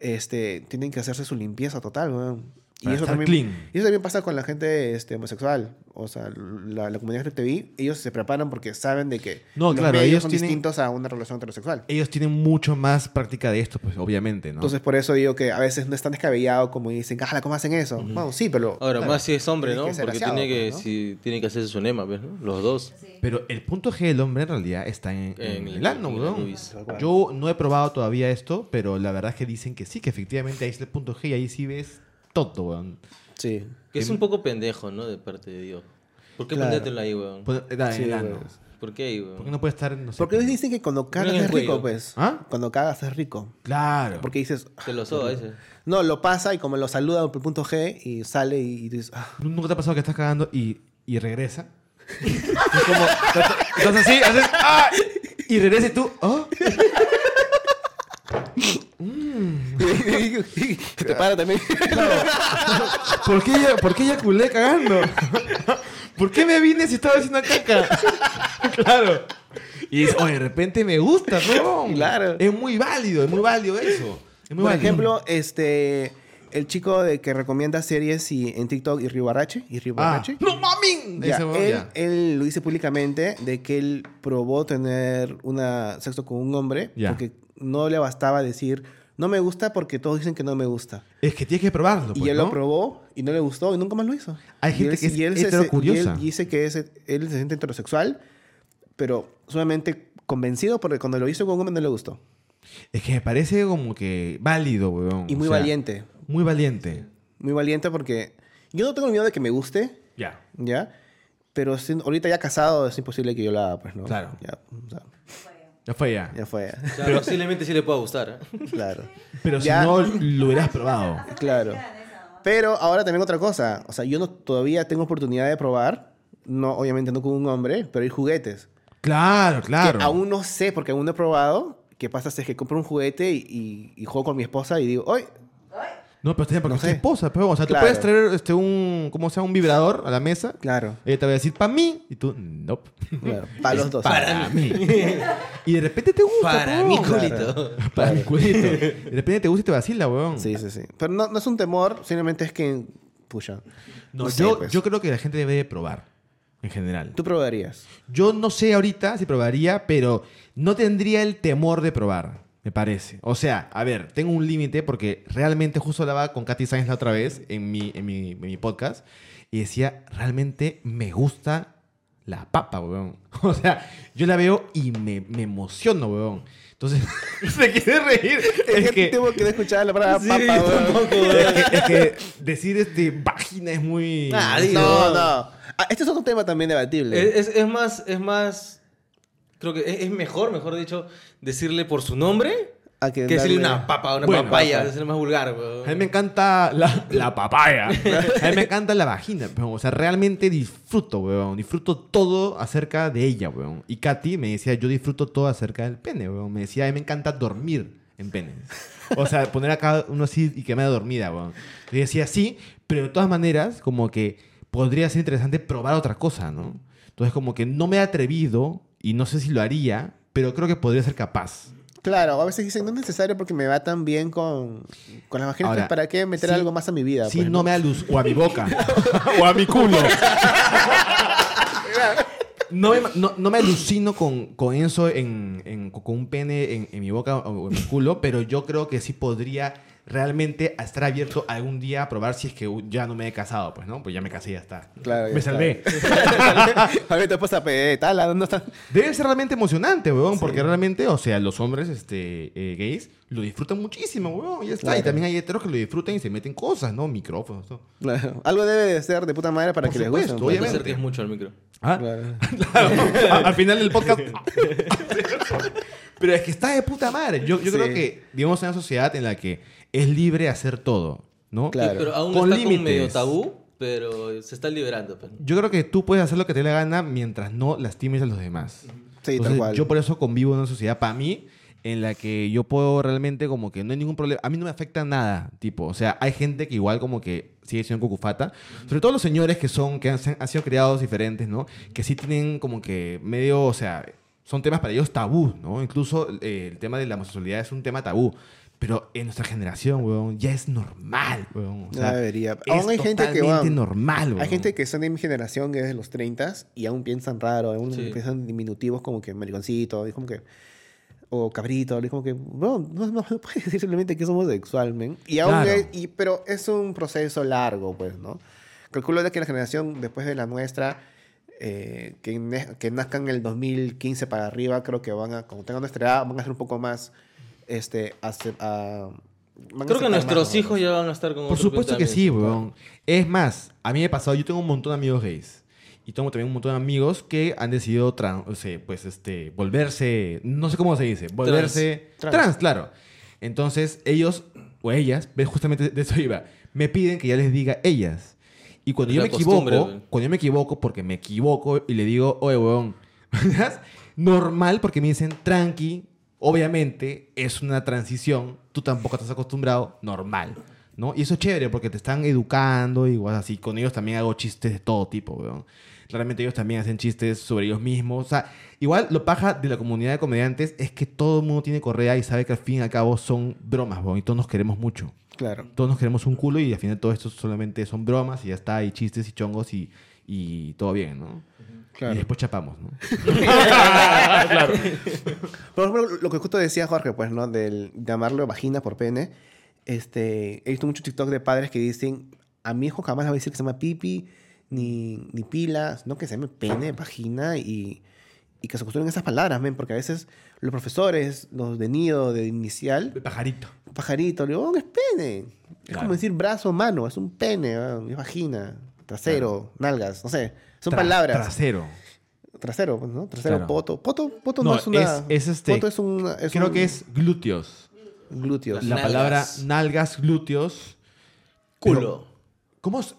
Speaker 1: este, tienen que hacerse su limpieza total, weón. Y
Speaker 3: Para
Speaker 1: eso,
Speaker 3: estar
Speaker 1: también,
Speaker 3: clean.
Speaker 1: y eso también pasa con la gente este, homosexual. O sea, la, la comunidad LGTBI, ellos se preparan porque saben de que
Speaker 3: No,
Speaker 1: los
Speaker 3: claro,
Speaker 1: medios
Speaker 3: ellos
Speaker 1: son
Speaker 3: tienen-
Speaker 1: distintos a una relación heterosexual.
Speaker 3: Ellos tienen mucho más práctica de esto, pues, obviamente, ¿no?
Speaker 1: Entonces, por eso digo que a veces no es tan descabellado como dicen, "Cajala, ¿cómo hacen eso? Bueno, sí, pero...
Speaker 2: Ahora,
Speaker 1: claro,
Speaker 2: más si es hombre,
Speaker 1: tienes
Speaker 2: ¿no?
Speaker 1: que ser
Speaker 2: Porque
Speaker 1: aseado,
Speaker 2: tiene que,
Speaker 1: pues, ¿no?
Speaker 2: si, tiene que hacerse su enema, pues, ¿no? Los dos.
Speaker 3: Pero el punto G del hombre en realidad está en,
Speaker 2: En
Speaker 3: en
Speaker 2: el-
Speaker 3: el ano,
Speaker 2: en el
Speaker 3: weón.
Speaker 2: pubis. Tal cual.
Speaker 3: Yo no he probado todavía esto, pero la verdad es que dicen que sí, que efectivamente ahí está el punto G y ahí sí ves todo, weón.
Speaker 1: Sí.
Speaker 2: Que es un poco pendejo, ¿no? De parte de Dios. ¿Por qué
Speaker 1: Claro.
Speaker 2: ponértelo ahí, weón?
Speaker 3: Pon- eh, da, en
Speaker 1: Sí,
Speaker 3: el ano.
Speaker 1: weón.
Speaker 2: ¿Por qué ahí,
Speaker 3: ¿Por qué
Speaker 2: weón?
Speaker 3: no puede estar, no sé?
Speaker 1: Porque ellos dicen que cuando cagas
Speaker 2: en el
Speaker 1: es rico,
Speaker 2: cuello.
Speaker 1: pues.
Speaker 3: ¿Ah?
Speaker 1: Cuando cagas es rico.
Speaker 3: Claro.
Speaker 1: Porque dices,
Speaker 2: Se lo soba ese.
Speaker 1: no, lo pasa y como lo saluda por el punto G y sale y, y dices, ah,
Speaker 3: ¿Nunca te ha pasado que estás cagando y, y regresa? es como, estás así, haces, ¡ah! Y regresa y tú, ¡ah!
Speaker 1: se te para también.
Speaker 3: ¿Por qué, ya, ¿Por qué ya culé cagando? ¿Por qué me vine si estaba haciendo caca? claro. Y dices, oh, de repente me gusta, ¿no?
Speaker 1: Claro.
Speaker 3: Es muy válido, es muy válido eso. Es muy
Speaker 1: por
Speaker 3: válido.
Speaker 1: ejemplo, este. El chico de que recomienda series y, en TikTok y Ribarache. Y
Speaker 3: Ah,
Speaker 1: Ribarache.
Speaker 3: ¡No mamin!
Speaker 1: Ya,
Speaker 3: Ese huevón,
Speaker 1: él,
Speaker 3: ya.
Speaker 1: él lo dice públicamente de que él probó tener una sexo con un hombre
Speaker 3: Ya.
Speaker 1: porque no le bastaba decir no me gusta porque todos dicen que no me gusta.
Speaker 3: Es que tienes que probarlo.
Speaker 1: Y
Speaker 3: pues,
Speaker 1: él
Speaker 3: ¿no?
Speaker 1: lo probó y no le gustó y nunca más lo hizo.
Speaker 3: Hay
Speaker 1: Y
Speaker 3: gente
Speaker 1: él-
Speaker 3: que es
Speaker 1: y él se- se-
Speaker 3: heterocuriosa.
Speaker 1: y él dice que es, él se siente heterosexual, pero solamente convencido porque cuando lo hizo con un hombre no le gustó.
Speaker 3: Es que me parece como que válido, weón.
Speaker 1: Y
Speaker 3: o
Speaker 1: muy
Speaker 3: sea,
Speaker 1: valiente.
Speaker 3: Muy valiente.
Speaker 1: Muy valiente porque yo no tengo miedo de que me guste,
Speaker 3: Ya.
Speaker 1: ¿ya? Pero sin- ahorita ya casado es imposible que yo la haga, pues, ¿no?
Speaker 3: Claro.
Speaker 1: Ya, o sea,
Speaker 3: Ya fue ya.
Speaker 1: ya fue.
Speaker 2: Claro, posiblemente sí le pueda gustar, ¿eh?
Speaker 1: claro.
Speaker 3: Pero
Speaker 1: Ya.
Speaker 3: si no, lo hubieras probado.
Speaker 1: Claro. Pero ahora también otra cosa. O sea, yo no, todavía tengo oportunidad de probar. No, obviamente no con un hombre, pero hay juguetes.
Speaker 3: Claro, claro.
Speaker 1: que aún no sé, porque aún no he probado. ¿Qué pasa si es que compro un juguete y, y- y juego con mi esposa y digo, ¡ay!
Speaker 3: No, pero tenía porque
Speaker 1: No
Speaker 3: es tu
Speaker 1: sé.
Speaker 3: esposa, pero, o sea,
Speaker 1: Claro.
Speaker 3: tú puedes traer este, un, como sea, un vibrador a la mesa.
Speaker 1: Claro.
Speaker 3: Ella te va a decir, para mí. Y tú, nope.
Speaker 1: Claro, para los dos.
Speaker 3: Para mí. y de repente te gusta.
Speaker 2: Para
Speaker 3: po.
Speaker 2: mi
Speaker 1: claro.
Speaker 2: culito.
Speaker 3: Para mi culito. De repente te gusta y te vacila, weón.
Speaker 1: Sí, sí, sí. Pero no, no es un temor, simplemente es que. Pucha.
Speaker 3: No,
Speaker 1: No sé,
Speaker 3: yo,
Speaker 1: pues.
Speaker 3: yo creo que la gente debe de probar, en general.
Speaker 1: Tú probarías.
Speaker 3: Yo no sé ahorita si probaría, pero no tendría el temor de probar, me parece. O sea, a ver, tengo un límite porque realmente justo hablaba con Katy Sainz la otra vez en mi, en mi, en mi podcast y decía, realmente me gusta la papa, weón. O sea, yo la veo y me, me emociono, weón. Entonces, se quiere reír. Es que,
Speaker 1: tengo que escuchar la palabra
Speaker 2: Ah,
Speaker 3: Sí,
Speaker 1: papa,
Speaker 3: yo
Speaker 1: weón.
Speaker 3: es que- es que decir este vagina es muy...
Speaker 2: Ah, digo.
Speaker 1: No, no. Ah, este es otro tema también
Speaker 3: Eh,
Speaker 1: debatible.
Speaker 2: Es, es- es más, es más. Creo que es, es mejor, mejor dicho, decirle por su nombre
Speaker 1: A
Speaker 2: que
Speaker 1: que
Speaker 2: decirle
Speaker 1: darle-
Speaker 2: una papa, una
Speaker 3: Bueno,
Speaker 2: papaya,
Speaker 1: papa.
Speaker 2: es más vulgar. weón.
Speaker 3: A mí me encanta la, la papaya. A mí me encanta la vagina. weón. O sea, realmente disfruto, weón. Disfruto todo acerca de ella, weón. Y Katy me decía, yo disfruto todo acerca del pene, weón. Me decía, a mí me encanta dormir en penes. O sea, poner acá uno así y quedarme dormida, weón. Y decía, sí, pero de todas maneras, como que podría ser interesante probar otra cosa, ¿no? Entonces, como que no me he atrevido y no sé si lo haría, pero creo que podría ser capaz.
Speaker 1: Claro, a veces dicen no es necesario porque me va tan bien con, con las vaginas.
Speaker 3: Ahora,
Speaker 1: ¿Para qué meter
Speaker 3: sí,
Speaker 1: algo más a mi vida?
Speaker 3: Sí,
Speaker 1: pues,
Speaker 3: no me da luz. O a mi boca. o a mi culo. No me, no, no me alucino con, con eso, en, en- con un pene en, en mi boca o en mi culo, pero yo creo que sí podría realmente estar abierto algún día a probar si es que ya no me he casado, pues, ¿no? Pues ya me casé y ya está.
Speaker 1: Claro, ya
Speaker 3: me
Speaker 1: está.
Speaker 3: salvé.
Speaker 1: a ver, te pasa tal, ¿dónde está?
Speaker 3: Debe ser realmente emocionante, weón, porque realmente, o sea, los hombres este, eh, gays lo disfrutan muchísimo, weón, y ya está. Y
Speaker 1: Claro.
Speaker 3: también hay heteros que lo disfrutan y se meten cosas, ¿no? Micrófonos, todo.
Speaker 1: Claro. Algo debe de ser de puta madre para
Speaker 3: Por
Speaker 1: que les guste. pues.
Speaker 3: supuesto,
Speaker 2: No te
Speaker 3: obviamente.
Speaker 2: acerques mucho al micro.
Speaker 3: ¿Ah?
Speaker 1: Claro.
Speaker 3: Claro, a- al final del podcast. Pero es que está de puta madre. Yo,
Speaker 1: Sí.
Speaker 3: yo creo que vivimos en una sociedad en la que es libre hacer todo, ¿no?
Speaker 1: Claro.
Speaker 2: Pero aún
Speaker 3: Con
Speaker 2: está
Speaker 3: límites.
Speaker 2: con medio tabú, pero se está liberando. pues.
Speaker 3: Yo creo que tú puedes hacer lo que te dé la gana mientras no lastimes a los demás.
Speaker 1: Sí,
Speaker 3: Entonces,
Speaker 1: tal cual.
Speaker 3: Yo por eso convivo en una sociedad, para mí, en la que yo puedo realmente como que no hay ningún problema. A mí no me afecta nada, tipo. O sea, hay gente que igual como que sigue siendo cucufata. Sobre todo los señores que son, que han, han sido criados diferentes, ¿no? Que sí tienen como que medio, o sea, son temas para ellos tabú, ¿no? Incluso eh, el tema de la homosexualidad es un tema tabú. Pero en nuestra generación, weón, ya es normal, weón. O sea,
Speaker 1: Ya debería.
Speaker 3: es
Speaker 1: Aún hay gente que,
Speaker 3: totalmente
Speaker 1: weón,
Speaker 3: normal, weón.
Speaker 1: Hay gente que son de mi generación, que es de los 30 y aún piensan raro, aún
Speaker 2: Sí.
Speaker 1: piensan diminutivos como que mariconcito, es como que. O cabrito, es como que. No, no, no, no puedes decir simplemente que es homosexual, men. Y aún
Speaker 3: Claro.
Speaker 1: es- y, pero es un proceso largo, pues, ¿no? Calculo de que la generación después de la nuestra, eh, que, ne- que nazcan en el 2015 para arriba, creo que van a, como tengan nuestra edad, van a ser un poco más. Este, acep- a- van a
Speaker 2: Creo que
Speaker 1: aceptar más,
Speaker 2: nuestros
Speaker 1: ¿no?
Speaker 2: hijos ya van a estar con
Speaker 3: Por
Speaker 2: otro
Speaker 3: supuesto que sí,
Speaker 2: pensamiento.
Speaker 3: weón. Es más, a mí me ha pasado, yo tengo un montón de amigos gays. Y tengo también un montón de amigos que han decidido, tran- o sea, pues, este, volverse, no sé cómo se dice, volverse trans,
Speaker 1: Trans.
Speaker 3: claro. Entonces, ellos o ellas, ves, justamente de eso iba, me piden que ya les diga ellas. Y cuando
Speaker 2: Es
Speaker 3: yo me
Speaker 2: la costumbre,
Speaker 3: equivoco,
Speaker 2: weón.
Speaker 3: cuando yo me equivoco, porque me equivoco y le digo, oye, weón, ¿verdad? normal, porque me dicen tranqui, obviamente es una transición, tú tampoco estás acostumbrado, normal, ¿no? Y eso es chévere porque te están educando, igual así, con ellos también hago chistes de todo tipo, weón. Realmente ellos también hacen chistes sobre ellos mismos, o sea, igual lo paja de la comunidad de comediantes es que todo el mundo tiene correa y sabe que al fin y al cabo son bromas, weón, y todos nos queremos mucho
Speaker 1: Claro.
Speaker 3: todos nos queremos un culo y al final todo esto solamente son bromas y ya está, y chistes y chongos y, y todo bien, ¿no?
Speaker 1: Claro.
Speaker 3: Y después chapamos, ¿no?
Speaker 1: Por ejemplo, lo que justo decía Jorge, pues, ¿no? Del llamarlo vagina por pene. Este, he visto muchos TikTok de padres que dicen, a mi hijo jamás le voy a decir que se llama pipi, ni, ni pila, no que se llame pene, vagina y, y que se acostumbren a esas palabras, men, porque a veces los profesores, los de nido, de inicial,
Speaker 3: Pajarito.
Speaker 1: pajarito, le digo, "Oh, es pene. Es
Speaker 3: Claro.
Speaker 1: como decir brazo, mano, es un pene, ah, es vagina, trasero, nalgas, no sé. Son
Speaker 3: Tra-
Speaker 1: palabras.
Speaker 3: Trasero.
Speaker 1: Trasero, pues, ¿no? Trasero,
Speaker 3: Claro.
Speaker 1: poto. Poto, poto no,
Speaker 3: No,
Speaker 1: es una.
Speaker 3: es- es este-
Speaker 1: Poto es un. es
Speaker 3: Creo
Speaker 1: un
Speaker 3: que es glúteos.
Speaker 1: Glúteos.
Speaker 3: La
Speaker 2: Nalgas.
Speaker 3: palabra nalgas, glúteos.
Speaker 2: Culo.
Speaker 3: ¿Cómo, s-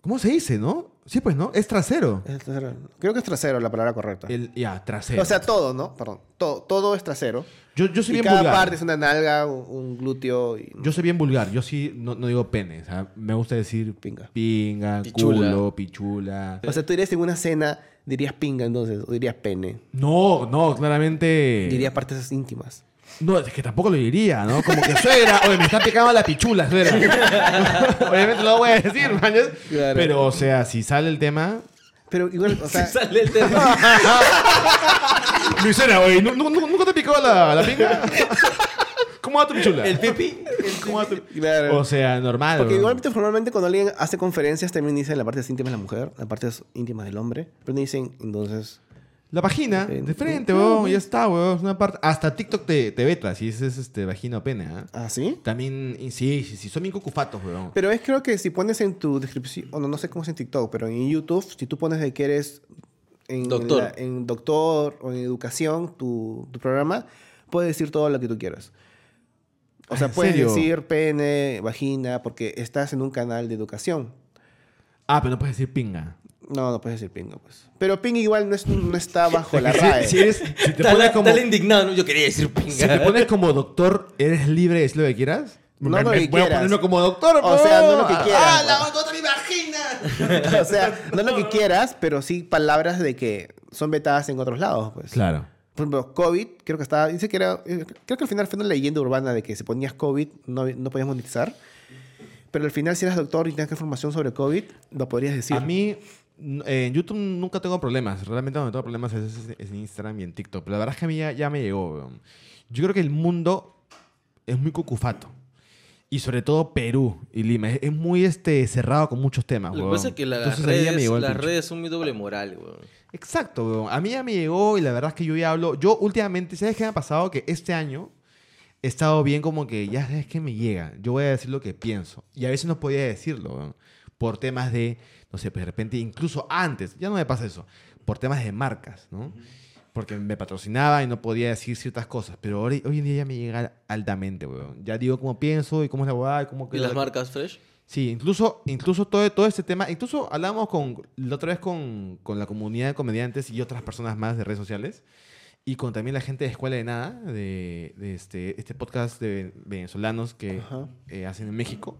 Speaker 3: ¿Cómo se dice, no? Sí, pues, ¿no? Es trasero.
Speaker 1: Es trasero. Creo que es trasero la palabra correcta.
Speaker 3: El- ya, trasero.
Speaker 1: O sea, todo, ¿no? Perdón. Todo, todo es trasero.
Speaker 3: yo, yo soy
Speaker 1: Y
Speaker 3: bien
Speaker 1: cada
Speaker 3: vulgar.
Speaker 1: parte es una nalga, un, un glúteo y...
Speaker 3: Yo soy bien vulgar. Yo sí no, no digo pene. O sea, me gusta decir
Speaker 1: Pinga.
Speaker 3: pinga,
Speaker 2: Pichula.
Speaker 3: culo, pichula.
Speaker 1: O sea, tú dirías en una cena, dirías pinga entonces, o dirías pene.
Speaker 3: No, no, claramente.
Speaker 1: Dirías partes íntimas.
Speaker 3: No, es que tampoco lo diría, ¿no? Como que suegra, oye, me está picando la pichula, suegra. Obviamente no lo voy a decir, mañas.
Speaker 1: Claro.
Speaker 3: Pero, o sea, si sale el tema.
Speaker 1: Pero igual, o sea...
Speaker 2: sale el tema.
Speaker 3: Luisera, oye, ¿nu- nu- nu- ¿nunca te picó la, la pinga? ¿Cómo va tu pichula?
Speaker 2: El pipi.
Speaker 3: ¿Cómo va tu-
Speaker 1: Claro.
Speaker 3: O sea, normal.
Speaker 1: Porque
Speaker 3: weón.
Speaker 1: igualmente formalmente cuando alguien hace conferencias también dicen la parte íntima de la mujer, la parte íntima del hombre, pero no dicen entonces...
Speaker 3: La vagina, de frente, weón, ya está, weón. Es una parte. Hasta TikTok te, te beta si dices este, vagina o pene, ¿ah?
Speaker 1: ¿Ah, sí?
Speaker 3: También, y sí, sí, sí, son bien cucufatos, weón.
Speaker 1: Pero es creo que si pones en tu descripción, o no, no sé cómo es en TikTok, pero en YouTube, si tú pones de que eres en,
Speaker 2: Doctor.
Speaker 1: la- en doctor o en educación, tu, tu programa, puedes decir todo lo que tú quieras. O sea,
Speaker 3: ¿En
Speaker 1: puedes
Speaker 3: serio?
Speaker 1: decir pene, vagina, porque estás en un canal de educación.
Speaker 3: Ah, pero no puedes decir pinga.
Speaker 1: No, no puedes decir pinga, pues. Pero pinga igual no, es- no está bajo la RAE.
Speaker 3: Si, si eres, si te
Speaker 2: Está
Speaker 3: pones
Speaker 2: la-
Speaker 3: como.
Speaker 2: está la indignado, ¿no? Yo quería decir pinga.
Speaker 3: Si te pones como doctor, ¿eres libre de decir lo que quieras?
Speaker 1: No lo que
Speaker 3: voy a
Speaker 1: quieras.
Speaker 3: ponerme como doctor,
Speaker 1: O sea, no lo que quieras.
Speaker 3: ¡Ah, la otra me imagina!
Speaker 1: o sea, no lo que quieras, pero sí palabras de que son vetadas en otros lados, pues.
Speaker 3: Claro.
Speaker 1: Por ejemplo, COVID, creo que estaba, dice que era, eh, creo que al final fue una leyenda urbana de que si ponías COVID no, no podías monetizar. Pero al final, si eras doctor y tenías información sobre COVID, lo podrías decir.
Speaker 3: A mí, n- eh, en YouTube nunca tengo problemas. Realmente donde tengo problemas es, es- es en Instagram y en TikTok. Pero la verdad es que a mí ya, ya me llegó. weón. Yo creo que el mundo es muy cucufato. Y sobre todo Perú y Lima. Es, es muy este, cerrado con muchos temas.
Speaker 2: Lo que
Speaker 3: weón.
Speaker 2: pasa es que la- las,
Speaker 3: Ah, Entonces, a mí ya me
Speaker 2: redes,
Speaker 3: llegó el
Speaker 2: las
Speaker 3: pincho.
Speaker 2: redes son muy doble moral, weón.
Speaker 3: Exacto, weón. A mí ya me llegó y la verdad es que yo ya hablo. Yo últimamente, ¿sabes qué me ha pasado? Que este año he estado bien como que ya sabes que me llega. Yo voy a decir lo que pienso. Y a veces no podía decirlo, weón. Por temas de, no sé, pues de repente, incluso antes, ya no me pasa eso. Por temas de marcas, ¿no? Porque me patrocinaba y no podía decir ciertas cosas. Pero ahora- hoy en día ya me llega altamente, weón. Ya digo cómo pienso y cómo es la huevada y cómo...
Speaker 2: ¿Y las marcas fresh?
Speaker 3: Sí, incluso, incluso todo, todo este tema, incluso hablamos con, la otra vez con, con la comunidad de comediantes y otras personas más de redes sociales, y con también la gente de Escuela de Nada, de, de este, este podcast de venezolanos que
Speaker 1: Ajá.
Speaker 3: eh, hacen en México,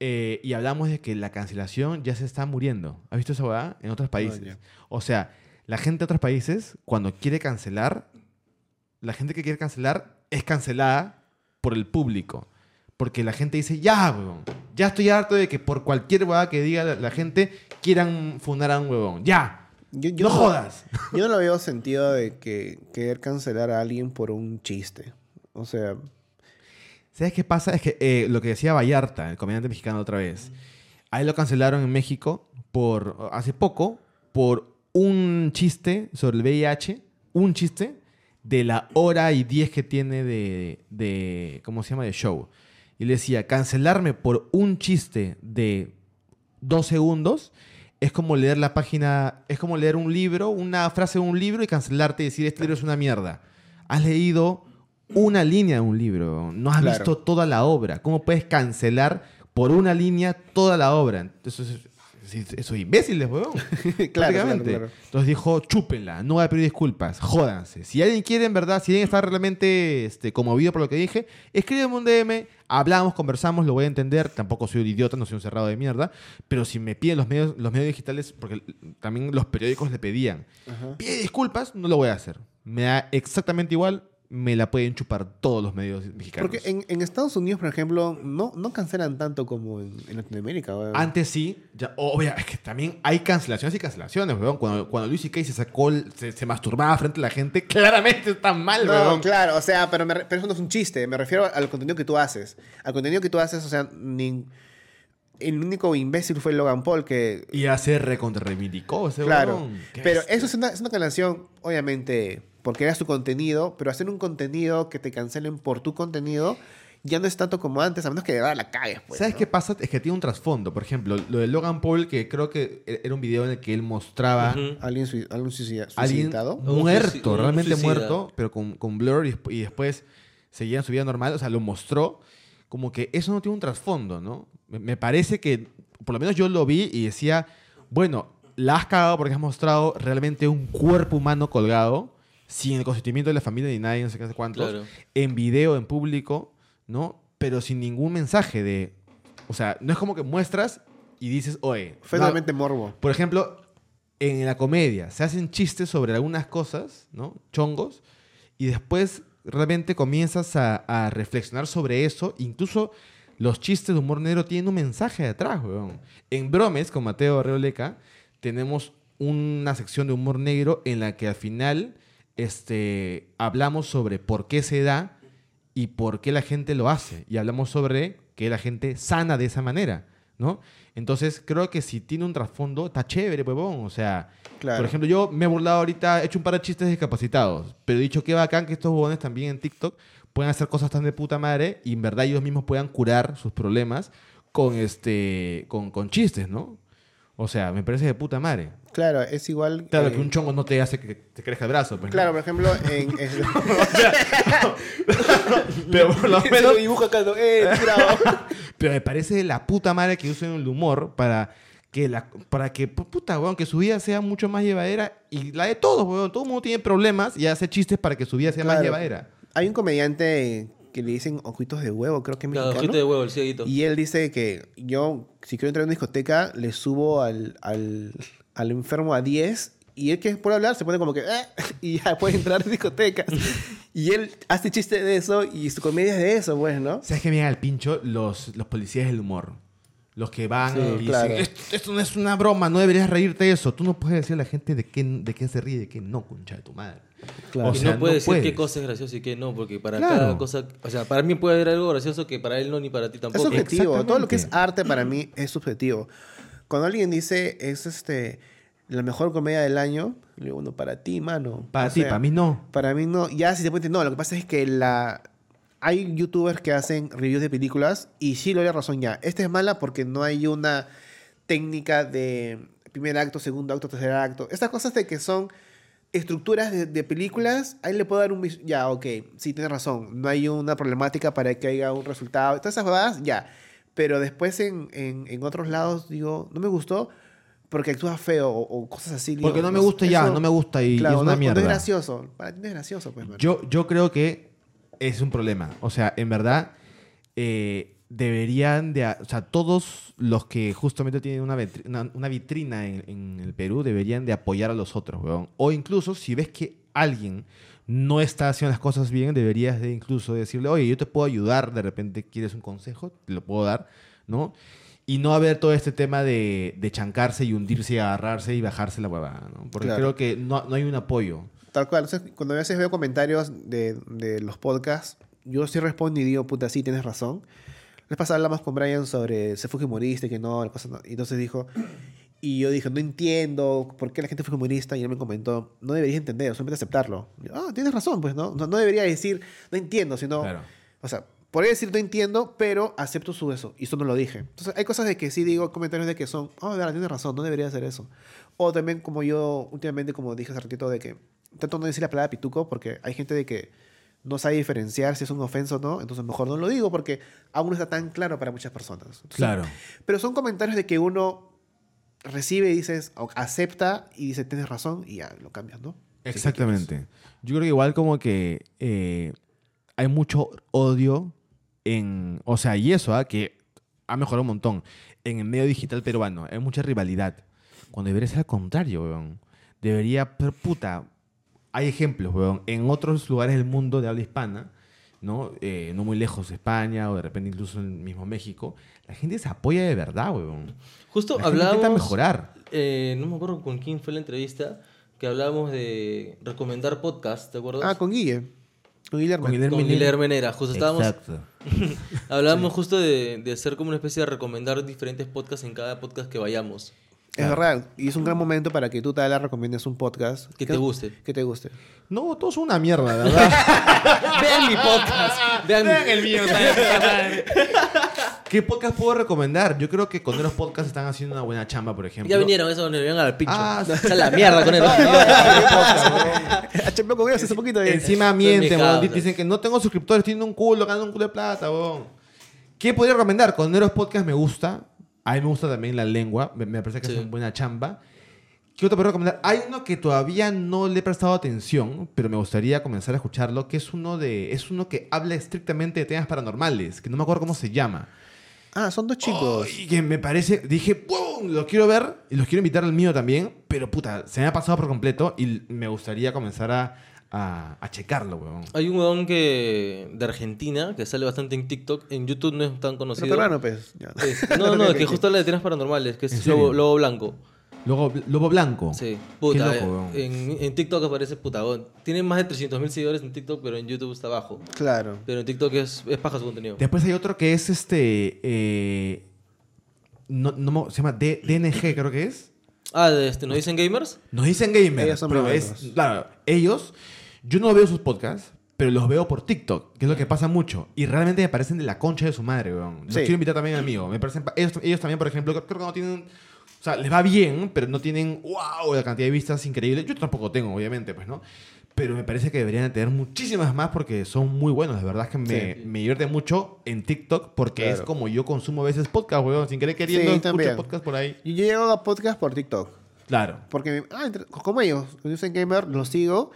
Speaker 3: eh, y hablamos de que la cancelación ya se está muriendo. ¿Has visto esa verdad? En otros países.
Speaker 1: ya.
Speaker 3: o sea, la gente de otros países, cuando quiere cancelar, la gente que quiere cancelar es cancelada por el público. Porque la gente dice, ya, huevón, ya estoy harto de que por cualquier huevada que diga la, la gente quieran funar a un huevón. ¡Ya!
Speaker 1: Yo- yo
Speaker 3: ¡No jodas!
Speaker 1: Yo no lo veo sentido de que querer cancelar a alguien por un chiste. O sea,
Speaker 3: ¿Sabes qué pasa? Es que eh, lo que decía Vallarta, el comediante mexicano otra vez, a él lo cancelaron en México por hace poco por un chiste sobre el VIH, un chiste de la hora y diez que tiene de, de ¿cómo se llama? De show. Y le decía, cancelarme por un chiste de dos segundos es como leer la página, es como leer un libro, una frase de un libro y cancelarte y decir, este libro es una mierda. Has leído una línea de un libro, no has
Speaker 1: Claro.
Speaker 3: visto toda la obra. ¿Cómo puedes cancelar por una línea toda la obra? Entonces, es- es- soy imbéciles, weón.
Speaker 1: claro, claro,
Speaker 3: Prácticamente.
Speaker 1: claro.
Speaker 3: Entonces dijo, chúpenla, no voy a pedir disculpas, jódanse. Si alguien quiere, en verdad, si alguien está realmente este, conmovido por lo que dije, escríbeme un DM, hablamos, conversamos, lo voy a entender. Tampoco soy un idiota, no soy un cerrado de mierda. Pero si me piden los medios, los medios digitales, porque también los periódicos le pedían,
Speaker 1: Ajá.
Speaker 3: pide disculpas, no lo voy a hacer. Me da exactamente igual, me la pueden chupar todos los medios mexicanos.
Speaker 1: Porque en, en Estados Unidos, por ejemplo, no, no cancelan tanto como en, en Latinoamérica. weón.
Speaker 3: Antes sí, ya, obvia, es que también hay cancelaciones y cancelaciones, weón. Cuando, cuando Luis C.K. se sacó, el- se, se masturbaba frente a la gente, claramente está mal,
Speaker 1: No,
Speaker 3: weón.
Speaker 1: claro, o sea, pero, me re- pero eso no es un chiste. Me refiero al contenido que tú haces. Al contenido que tú haces, o sea, ni- el único imbécil fue Logan Paul que...
Speaker 3: Y ya se recontrarreivindicó ese
Speaker 1: Claro.
Speaker 3: weón. Qué
Speaker 1: Pero
Speaker 3: bestia.
Speaker 1: eso es una, es una cancelación, obviamente, porque era su contenido, pero hacer un contenido que te cancelen por tu contenido ya no es tanto como antes, a menos que de verdad la cagues, pues.
Speaker 3: ¿Sabes
Speaker 1: ¿no?
Speaker 3: qué pasa? Es que tiene un trasfondo. Por ejemplo, lo de Logan Paul, que creo que e-, era un video en el que él mostraba
Speaker 2: Ujú.
Speaker 1: ¿Alguien, sui- alguien suicida-
Speaker 3: a alguien
Speaker 1: suicidado?
Speaker 2: Un
Speaker 3: muerto,
Speaker 2: suicida- un
Speaker 3: realmente
Speaker 2: suicida.
Speaker 3: muerto, pero con, con blur y, desp- y después seguía en su vida normal. O sea, lo mostró. Como que eso no tiene un trasfondo, ¿no? Me, me parece que, por lo menos yo lo vi y decía, bueno, la has cagado porque has mostrado realmente un cuerpo humano colgado, sin el consentimiento de la familia ni nadie, no sé qué, no sé cuántos,
Speaker 2: Claro.
Speaker 3: en video, en público, ¿no? Pero sin ningún mensaje de... O sea, no es como que muestras y dices, oye...
Speaker 1: Fue
Speaker 3: no-
Speaker 1: totalmente morbo.
Speaker 3: por ejemplo, en la comedia se hacen chistes sobre algunas cosas, ¿no? Chongos, y después realmente comienzas a, a reflexionar sobre eso. Incluso los chistes de humor negro tienen un mensaje detrás, weón. En Bromes, con Mateo Reoleca, tenemos una sección de humor negro en la que al final este, hablamos sobre por qué se da y por qué la gente lo hace. Y hablamos sobre que la gente sana de esa manera, ¿no? Entonces, creo que si tiene un trasfondo, está chévere, huevón. O sea,
Speaker 1: Claro.
Speaker 3: por ejemplo, yo me he burlado ahorita, he hecho un par de chistes discapacitados, pero he dicho que bacán que estos huevones también en TikTok pueden hacer cosas tan de puta madre y en verdad ellos mismos puedan curar sus problemas con, este, con, con chistes, ¿no? O sea, me parece de puta madre.
Speaker 1: Claro, es igual.
Speaker 3: Claro
Speaker 1: eh,
Speaker 3: que un chongo no te hace que te crezca el brazo. pues, ¿no?
Speaker 1: Claro, por ejemplo, en. en-
Speaker 3: pero por lo menos
Speaker 1: Ese dibujo acá, ¿no? Eh, bravo.
Speaker 3: Pero me parece de la puta madre que usen el humor para que la para que pu- puta, weón, que su vida sea mucho más llevadera y la de todos, weón, todo el mundo tiene problemas y hace chistes para que su vida sea más
Speaker 1: Claro.
Speaker 3: llevadera.
Speaker 1: Hay un comediante que le dicen ojitos de huevo, creo que es
Speaker 2: Claro,
Speaker 1: mexicano.
Speaker 2: ojito de huevo, el cieguito.
Speaker 1: Y él dice que yo, si quiero entrar a una discoteca, le subo al, al, al enfermo a 10. Y él que por hablar se pone como que... "Ah", y ya puede entrar a discotecas. y él hace chiste de eso y su comedia es de eso, pues, ¿no?
Speaker 3: ¿Sabes qué me llega al pincho? Los, los policías del humor. Los que van
Speaker 1: Sí,
Speaker 3: y dicen,
Speaker 1: claro.
Speaker 3: esto, esto no es una broma, no deberías reírte de eso. Tú no puedes decir a la gente de qué, de qué se ríe y de qué no, concha de tu madre.
Speaker 1: Claro.
Speaker 3: O
Speaker 2: Y
Speaker 3: sea,
Speaker 2: no puede decir
Speaker 3: puedes.
Speaker 2: qué cosa es graciosa y qué no, porque para
Speaker 3: Claro.
Speaker 2: cada cosa, o sea, para mí puede haber algo gracioso que para él no ni para ti
Speaker 1: Es
Speaker 2: tampoco.
Speaker 1: subjetivo. Todo lo que es
Speaker 3: Exactamente.
Speaker 1: arte para mí es subjetivo. Cuando alguien dice, es este la mejor comedia del año, le digo, no, para ti, mano.
Speaker 3: Para
Speaker 1: O
Speaker 3: ti,
Speaker 1: sea,
Speaker 3: para mí no.
Speaker 1: Para mí no. Ya si te pones, no, lo que pasa es que la hay youtubers que hacen reviews de películas y sí lo doy la razón ya. Esta es mala porque no hay una técnica de primer acto, segundo acto, tercer acto. Estas cosas de que son estructuras de, de películas, ahí le puedo dar un... vis- Ya, ok, sí, tienes razón. No hay una problemática para que haya un resultado. Todas esas cosas, ya. Pero después en, en- en otros lados digo, no me gustó porque actúa feo o, o cosas así.
Speaker 3: Porque
Speaker 1: digo,
Speaker 3: no me gusta ya,
Speaker 1: eso-
Speaker 3: no me gusta y, y
Speaker 1: claro,
Speaker 3: es una
Speaker 1: no,
Speaker 3: mierda.
Speaker 1: no es gracioso. Para ti no es gracioso, pues, mano.
Speaker 3: Yo, yo creo que es un problema. O sea, en verdad, eh, deberían de... a- O sea, todos los que justamente tienen una, vitri- una, una vitrina en, en el Perú deberían de apoyar a los otros, weón. O incluso, si ves que alguien no está haciendo las cosas bien, deberías de incluso decirle, oye, yo te puedo ayudar, de repente quieres un consejo, te lo puedo dar, ¿no? Y no haber todo este tema de, de chancarse y hundirse y agarrarse y bajarse la huevada, ¿no? Porque
Speaker 1: Claro.
Speaker 3: creo que no, no hay un apoyo.
Speaker 1: Tal cual. Entonces, cuando a veces veo comentarios de, de los podcasts, yo sí respondo y digo, puta, sí, tienes razón. Les pasada hablamos con Brian sobre se fujimorista y que no, la cosa no. Y entonces dijo, y yo dije, no entiendo por qué la gente fue fujimorista. Y él me comentó, no deberías entender, solamente aceptarlo. Y yo, Ah, tienes razón, pues no. No, no debería decir, no entiendo, sino. O sea, podría decir no entiendo, pero acepto su eso. Y eso no lo dije. Entonces, hay cosas de que sí digo, comentarios de que son, oh, verdad, tienes razón, no debería hacer eso. O también, como yo últimamente, como dije hace ratito, de que trato de no decir la palabra pituco porque hay gente de que no sabe diferenciar si es un ofenso o no, entonces mejor no lo digo porque aún no está tan claro para muchas personas. Entonces, Pero son comentarios de que uno recibe y dices, o acepta y dice, tienes razón y ya lo cambias, ¿no?
Speaker 3: Exactamente. pues. Yo creo que igual como que eh, hay mucho odio en... O sea, y eso, ¿ah? que ha mejorado un montón. En el medio digital peruano hay mucha rivalidad. Cuando debería ser al contrario, weón. Debería, pero puta, hay ejemplos, weón. En otros lugares del mundo de habla hispana, ¿no? Eh, no muy lejos de España o de repente incluso en el mismo México, la gente se apoya de verdad, weón. La
Speaker 2: Justo
Speaker 3: gente intenta
Speaker 2: hablábamos,
Speaker 3: mejorar.
Speaker 2: eh, no me acuerdo con quién fue la entrevista, que hablábamos de recomendar podcast, ¿te acuerdas?
Speaker 1: Ah, con Guille. Con Guillermo.
Speaker 3: Con Guillermo
Speaker 2: Con Guilherme Menera, justo estábamos,
Speaker 3: Exacto.
Speaker 2: hablábamos justo de, de hacer como una especie de recomendar diferentes podcasts en cada podcast que vayamos.
Speaker 1: Es verdad, y es un gran momento para que tú, Tala, recomiendes un podcast.
Speaker 2: Que te guste.
Speaker 1: Que te guste.
Speaker 3: No, todo es una mierda, la verdad.
Speaker 2: Vean mi podcast. Vean, el mío.
Speaker 3: ¿Qué podcast puedo recomendar? Yo creo que con los podcasts están haciendo una buena chamba, por ejemplo.
Speaker 2: Ya vinieron, eso me vinieron al pincho.
Speaker 3: Ah, sí.
Speaker 2: Esa es la mierda con él.
Speaker 1: Chapeo con ellos hace poquito. eh.
Speaker 3: Encima
Speaker 2: Son
Speaker 3: mienten,
Speaker 2: mis
Speaker 3: weón.
Speaker 2: causas.
Speaker 3: Dicen que no tengo suscriptores, tienen un culo, ganan un culo de plata, weón. ¿Qué podría recomendar? Con Neros Podcast me gusta. A mí me gusta también la lengua, me, me parece que
Speaker 2: Sí.
Speaker 3: es una buena chamba. ¿Qué otro puedo recomendar? Hay uno que todavía no le he prestado atención, pero me gustaría comenzar a escucharlo, que es uno de es uno que habla estrictamente de temas paranormales, que no me acuerdo cómo se llama.
Speaker 1: Ah, son dos chicos.
Speaker 3: Y que me parece, dije, ¡pum! Los quiero ver y los quiero invitar al mío también, pero puta, se me ha pasado por completo y me gustaría comenzar a, a, a checarlo, weón.
Speaker 2: Hay un weón que, de Argentina que sale bastante en TikTok. En YouTube no es tan
Speaker 1: Pero
Speaker 2: conocido.
Speaker 1: peruano, pues. Ya.
Speaker 2: Es- no, no, es que justo habla de temas paranormales, que
Speaker 3: ¿En
Speaker 2: es
Speaker 3: serio?
Speaker 2: lobo, Lobo blanco.
Speaker 3: Luego, Lobo Blanco.
Speaker 2: Sí, puta.
Speaker 3: Qué loco,
Speaker 2: eh,
Speaker 3: weón.
Speaker 2: en, en TikTok aparece puta. weón. Tiene más de 300.000 seguidores en TikTok, pero en YouTube está bajo.
Speaker 1: Claro.
Speaker 2: Pero en TikTok es, es paja su contenido.
Speaker 3: Después hay otro que es este. eh, no, no mo- se llama D- DNG, creo que es.
Speaker 2: Ah, de este, ¿nos dicen gamers?
Speaker 3: Nos dicen gamers.
Speaker 1: Ellos son
Speaker 3: pero
Speaker 1: peruanos.
Speaker 3: es- claro, ellos. Yo no veo sus podcasts, pero los veo por TikTok, que es lo que pasa mucho. Y realmente me parecen de la concha de su madre, weón. Los
Speaker 1: Sí.
Speaker 3: quiero invitar también a mí, weón. Me parecen, pa- ellos, ellos también, por ejemplo, creo que no tienen. O sea, les va bien, pero no tienen. ¡Wow! La cantidad de vistas increíble. Yo tampoco tengo, obviamente, pues, ¿no? Pero me parece que deberían tener muchísimas más porque son muy buenos. La verdad es que me, me divierte mucho en TikTok porque es
Speaker 1: Claro.
Speaker 3: como yo consumo a veces podcast, weón. Sin querer queriendo,
Speaker 1: Sí,
Speaker 3: escucho
Speaker 1: también.
Speaker 3: podcast por ahí.
Speaker 1: Yo llego a podcast por TikTok.
Speaker 3: Claro.
Speaker 1: Porque, ah, entre- como ellos, Dicen Gamer, los sigo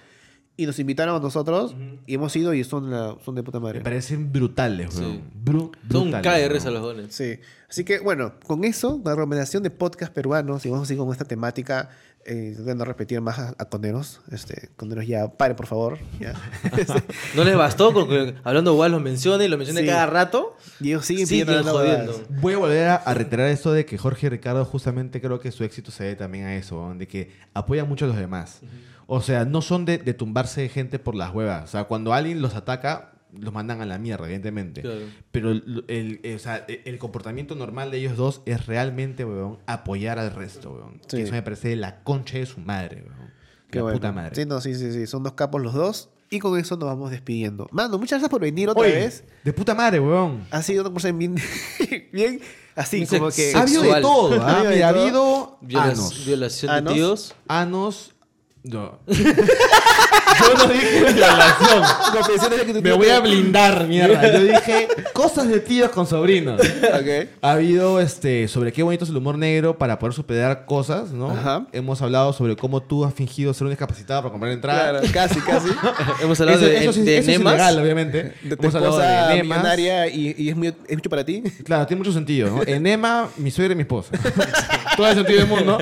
Speaker 1: y nos invitaron a nosotros y hemos ido y son, la- son de puta madre.
Speaker 3: Me parecen brutales,
Speaker 2: Sí.
Speaker 3: weón. Bru-
Speaker 2: Son
Speaker 3: brutales,
Speaker 2: KRs a
Speaker 3: weón.
Speaker 2: los jóvenes.
Speaker 1: Sí. Así que, bueno, con eso, la recomendación de podcast peruanos, y vamos a seguir con esta temática, eh, de no repetir más a, a condenos. Este, condenos ya, paren, por favor. ya.
Speaker 2: ¿No les bastó con que hablando igual los menciona y los menciona
Speaker 1: Sí.
Speaker 2: cada rato?
Speaker 1: Y ellos siguen
Speaker 2: Siguen
Speaker 1: pidiendo las nuevas.
Speaker 2: jodiendo.
Speaker 3: Voy a volver a, a reiterar esto de que Jorge Ricardo justamente creo que su éxito se debe también a eso, weón, de que apoya mucho a los demás. O sea, no son de, de tumbarse de gente por las huevas. O sea, cuando alguien los ataca, los mandan a la mierda, evidentemente.
Speaker 2: Claro.
Speaker 3: Pero el, el- el- o sea, el- el comportamiento normal de ellos dos es realmente, weón, apoyar al resto, weón.
Speaker 1: Sí.
Speaker 3: Que eso me parece la concha de su madre, weón.
Speaker 1: Qué
Speaker 3: la
Speaker 1: bueno.
Speaker 3: puta madre.
Speaker 1: Sí, no, sí, sí, sí. Son dos capos los dos. Y con eso nos vamos despidiendo. Mando, muchas gracias por venir otra
Speaker 3: Oye,
Speaker 1: vez.
Speaker 3: De puta madre, weón.
Speaker 1: Ha sido una cosa bien, bien así,
Speaker 2: Bien
Speaker 1: como que...
Speaker 3: Ha habido de
Speaker 2: Sexual.
Speaker 3: todo, ¿ah?
Speaker 1: Ha habido de
Speaker 3: Mira, ha
Speaker 1: todo.
Speaker 3: habido
Speaker 2: Viola-
Speaker 3: anos.
Speaker 2: Violación
Speaker 1: ¿Anos?
Speaker 2: de tíos.
Speaker 3: Anos. No. Yo no dije violación. Me voy a blindar, mierda. Yo dije cosas de tíos con sobrinos.
Speaker 1: Ok.
Speaker 3: Ha habido este sobre qué bonito es el humor negro para poder superar cosas, ¿no?
Speaker 1: Ajá.
Speaker 3: Hemos hablado sobre cómo tú has fingido ser un discapacitado para comprar entradas.
Speaker 1: Claro, casi, casi.
Speaker 2: Hemos hablado de,
Speaker 3: sí-
Speaker 2: de
Speaker 3: eso es
Speaker 2: enemas.
Speaker 3: ilegal, obviamente.
Speaker 1: De tu
Speaker 3: Hemos hablado
Speaker 1: esposa
Speaker 3: de enemas.
Speaker 1: millonaria y, y es, muy, es mucho para ti.
Speaker 3: Claro, tiene mucho sentido, ¿no? Enema, mi suegra y mi esposa. Todo el sentido del mundo.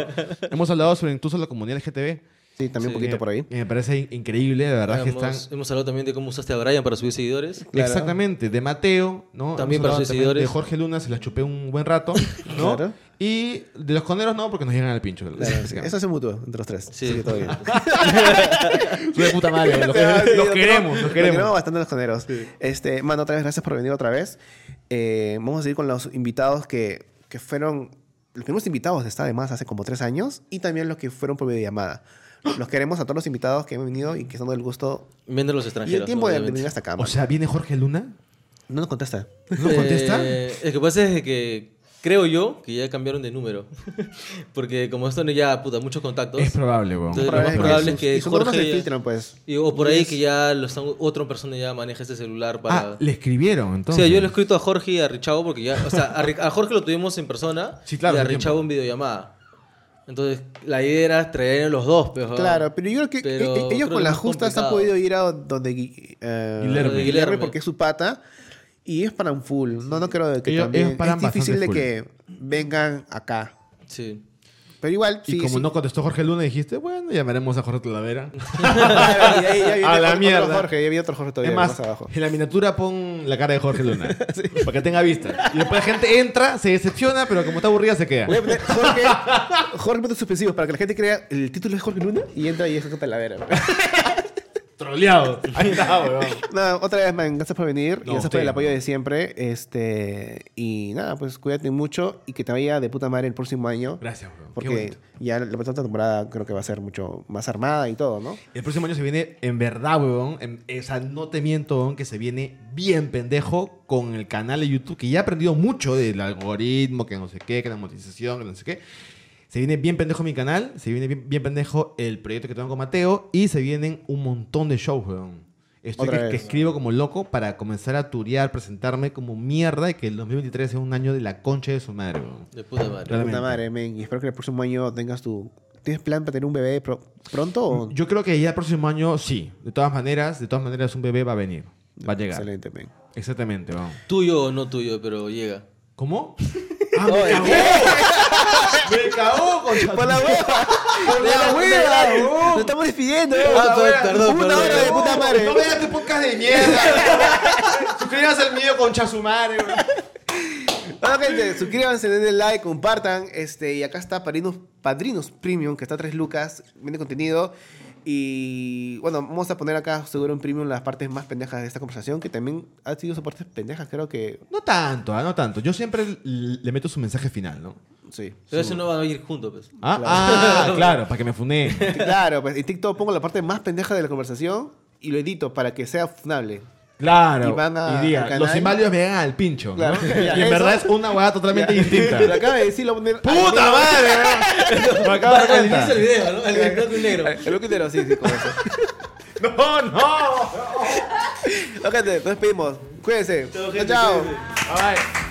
Speaker 3: Hemos hablado sobre incluso la comunidad LGTB.
Speaker 1: Sí, también un poquito por ahí.
Speaker 3: Y Eh, me parece in- increíble, la verdad que
Speaker 2: Hemos,
Speaker 3: están...
Speaker 2: hemos hablado también de cómo usaste a Brian para subir seguidores.
Speaker 1: Claro.
Speaker 3: Exactamente, de Mateo, ¿no?
Speaker 2: También
Speaker 3: Hemos
Speaker 2: para
Speaker 3: hablado
Speaker 2: sus seguidores.
Speaker 3: De Jorge Luna se la chupé un buen rato, ¿no?
Speaker 1: Claro.
Speaker 3: Y de los coneros no, porque nos llegan al pincho.
Speaker 1: Claro, sí.
Speaker 3: básicamente.
Speaker 1: Eso se mutuo entre los tres.
Speaker 2: Sí.
Speaker 1: Así que todo bien.
Speaker 3: Soy de puta madre, los, los queremos, los
Speaker 1: Los queremos
Speaker 3: queremos.
Speaker 1: bastante los generos. Este, mano, otra vez, gracias por venir otra vez. Eh, vamos a seguir con los invitados que, que fueron los primeros invitados de esta además hace como tres años y también los que fueron por videollamada. Los queremos a todos los invitados que han venido y que son del gusto
Speaker 2: Venden los
Speaker 1: y
Speaker 2: extranjeros.
Speaker 1: el tiempo de venir
Speaker 2: obviamente.
Speaker 1: hasta acá.
Speaker 3: O
Speaker 1: mano.
Speaker 3: sea, ¿viene Jorge Luna?
Speaker 1: no nos contesta.
Speaker 3: ¿No contesta?
Speaker 2: Eh, el que pasa es que creo yo que ya cambiaron de número. Porque como están ya, puta, muchos contactos.
Speaker 3: Es probable, Ah, weón.
Speaker 2: Entonces, lo
Speaker 1: Probable
Speaker 2: más probable
Speaker 1: sus-
Speaker 2: es que
Speaker 1: y sus números
Speaker 2: Jorge
Speaker 1: se
Speaker 2: ya-
Speaker 1: filtran, pues.
Speaker 2: Y- o por ahí que ya lo están, otra persona ya maneja este celular para...
Speaker 3: Ah, le escribieron,
Speaker 2: O
Speaker 3: entonces.
Speaker 2: sea, yo le he escrito a Jorge y a Richavo porque ya. O sea, a, Ri- a Jorge lo tuvimos en persona
Speaker 3: Sí, claro,
Speaker 2: y a
Speaker 3: hace
Speaker 2: Richavo en videollamada. Entonces, la idea era traer a los dos, pues, pero.
Speaker 1: Claro, pero yo creo que
Speaker 2: Ah, Pero
Speaker 1: e- e-
Speaker 2: creo
Speaker 1: ellos
Speaker 2: que
Speaker 1: con
Speaker 2: es
Speaker 1: las
Speaker 2: más
Speaker 1: justas
Speaker 2: complicado.
Speaker 1: han podido ir a donde Gui- eh,
Speaker 3: Guillermo.
Speaker 1: donde
Speaker 2: Guillermo.
Speaker 1: porque es su pata y ellos paran full. No, no creo que
Speaker 3: Ellos-
Speaker 1: también.
Speaker 3: ellos paran
Speaker 1: es difícil de
Speaker 3: bastante
Speaker 1: que vengan acá.
Speaker 2: Sí.
Speaker 1: Pero igual,
Speaker 3: Y
Speaker 1: sí,
Speaker 3: como
Speaker 1: sí.
Speaker 3: no contestó Jorge Luna, dijiste, bueno, llamaremos a Jorge Talavera.
Speaker 1: Claro, y ahí Ah, ya viene
Speaker 3: A la
Speaker 1: otro
Speaker 3: mierda.
Speaker 1: Jorge, ya viene otro Jorge todavía
Speaker 3: es más,
Speaker 1: más abajo.
Speaker 3: en la miniatura pon la cara de Jorge Luna. Para que tenga vista. Y después la gente entra, se decepciona, pero como está aburrida se queda.
Speaker 1: Voy a poner Jorge, Jorge puntos suspensivos para que la gente crea el título es Jorge Luna y entra y es Jorge Talavera.
Speaker 3: Troleado. Ahí está, weón.
Speaker 1: Nada, otra vez, man, gracias por venir. y
Speaker 3: No,
Speaker 1: gracias por
Speaker 3: usted,
Speaker 1: el apoyo
Speaker 3: no.
Speaker 1: de siempre. Este, y nada, pues cuídate mucho y que te vaya de puta madre el próximo año.
Speaker 3: Gracias, weón. Qué
Speaker 1: Porque
Speaker 3: bonito.
Speaker 1: ya la próxima temporada creo que va a ser mucho más armada y todo, ¿no?
Speaker 3: El próximo año se viene, en verdad, weón. en- o sea, no te miento, weón, que se viene bien pendejo con el canal de YouTube, que ya he aprendido mucho del algoritmo, que no sé qué, que la monetización, que no sé qué. Se viene bien pendejo mi canal, se viene bien, bien pendejo el proyecto que tengo con Mateo y se vienen un montón de shows, weón. Estoy
Speaker 1: Otra
Speaker 3: que,
Speaker 1: vez.
Speaker 3: que escribo como loco para comenzar a turear, presentarme como mierda y que el 2023 sea un año de la concha de su madre, weón.
Speaker 2: De puta madre.
Speaker 3: Realmente.
Speaker 1: Puta madre, men. Y espero que el próximo año tengas tu. ¿Tienes plan para tener un bebé pro- pronto? O...
Speaker 3: Yo creo que ya el próximo año sí. De todas maneras, de todas maneras un bebé va a venir. Va a llegar.
Speaker 1: Excelente, men.
Speaker 3: Exactamente, vamos.
Speaker 2: Tuyo o no tuyo, pero llega.
Speaker 3: ¿Cómo? ¡Ah, me cagó! ¡Me cagó, concha!
Speaker 1: ¡Por la hueva! ¡Por la
Speaker 3: uh.
Speaker 1: hueva! ¡Nos estamos despidiendo!
Speaker 2: Ah,
Speaker 1: Por la
Speaker 2: perdón, perdón,
Speaker 1: ¡Una
Speaker 2: perdón.
Speaker 1: hora de puta madre!
Speaker 3: ¡No veas tu podcast de mierda! Suscríbase al mío, concha su madre, weón.
Speaker 1: Bueno, gente, suscríbanse, denle like, compartan. Este, y acá está Padrinos, Padrinos Premium, que está a 3 lucas, viene contenido. Y bueno, vamos a poner acá seguro en premium las partes más pendejas de esta conversación, que también han sido sus partes pendejas, creo que.
Speaker 3: No tanto, ah, no tanto. Yo siempre l- le meto su mensaje final, ¿no?
Speaker 1: Sí.
Speaker 2: Pero eso no van a ir juntos, pues.
Speaker 3: Ah, ah, claro, para que me funé.
Speaker 1: Claro, pues en TikTok pongo la parte más pendeja de la conversación y lo edito para que sea funable.
Speaker 3: Claro.
Speaker 1: Y van a-
Speaker 3: y diga,
Speaker 1: al canal.
Speaker 3: los invalios me hagan al pincho. ¿no?
Speaker 1: Claro. Ya,
Speaker 3: Y en
Speaker 1: eso-
Speaker 3: verdad es una hueá totalmente distinta.
Speaker 1: Lo acaba de decir, lo voy a poner.
Speaker 3: ¡Puta madre! weón! Me acabo de dar
Speaker 2: Al
Speaker 3: cuenta.
Speaker 2: inicio del video, ¿no? Al grito de un negro.
Speaker 1: El look entero, sí, sí, como eso.
Speaker 3: ¡No, no!
Speaker 1: Ok, gente, nos despedimos. Cuídense.
Speaker 2: Chao,
Speaker 1: Chao,
Speaker 2: gente,
Speaker 1: chao.
Speaker 2: cuídense.
Speaker 3: All right.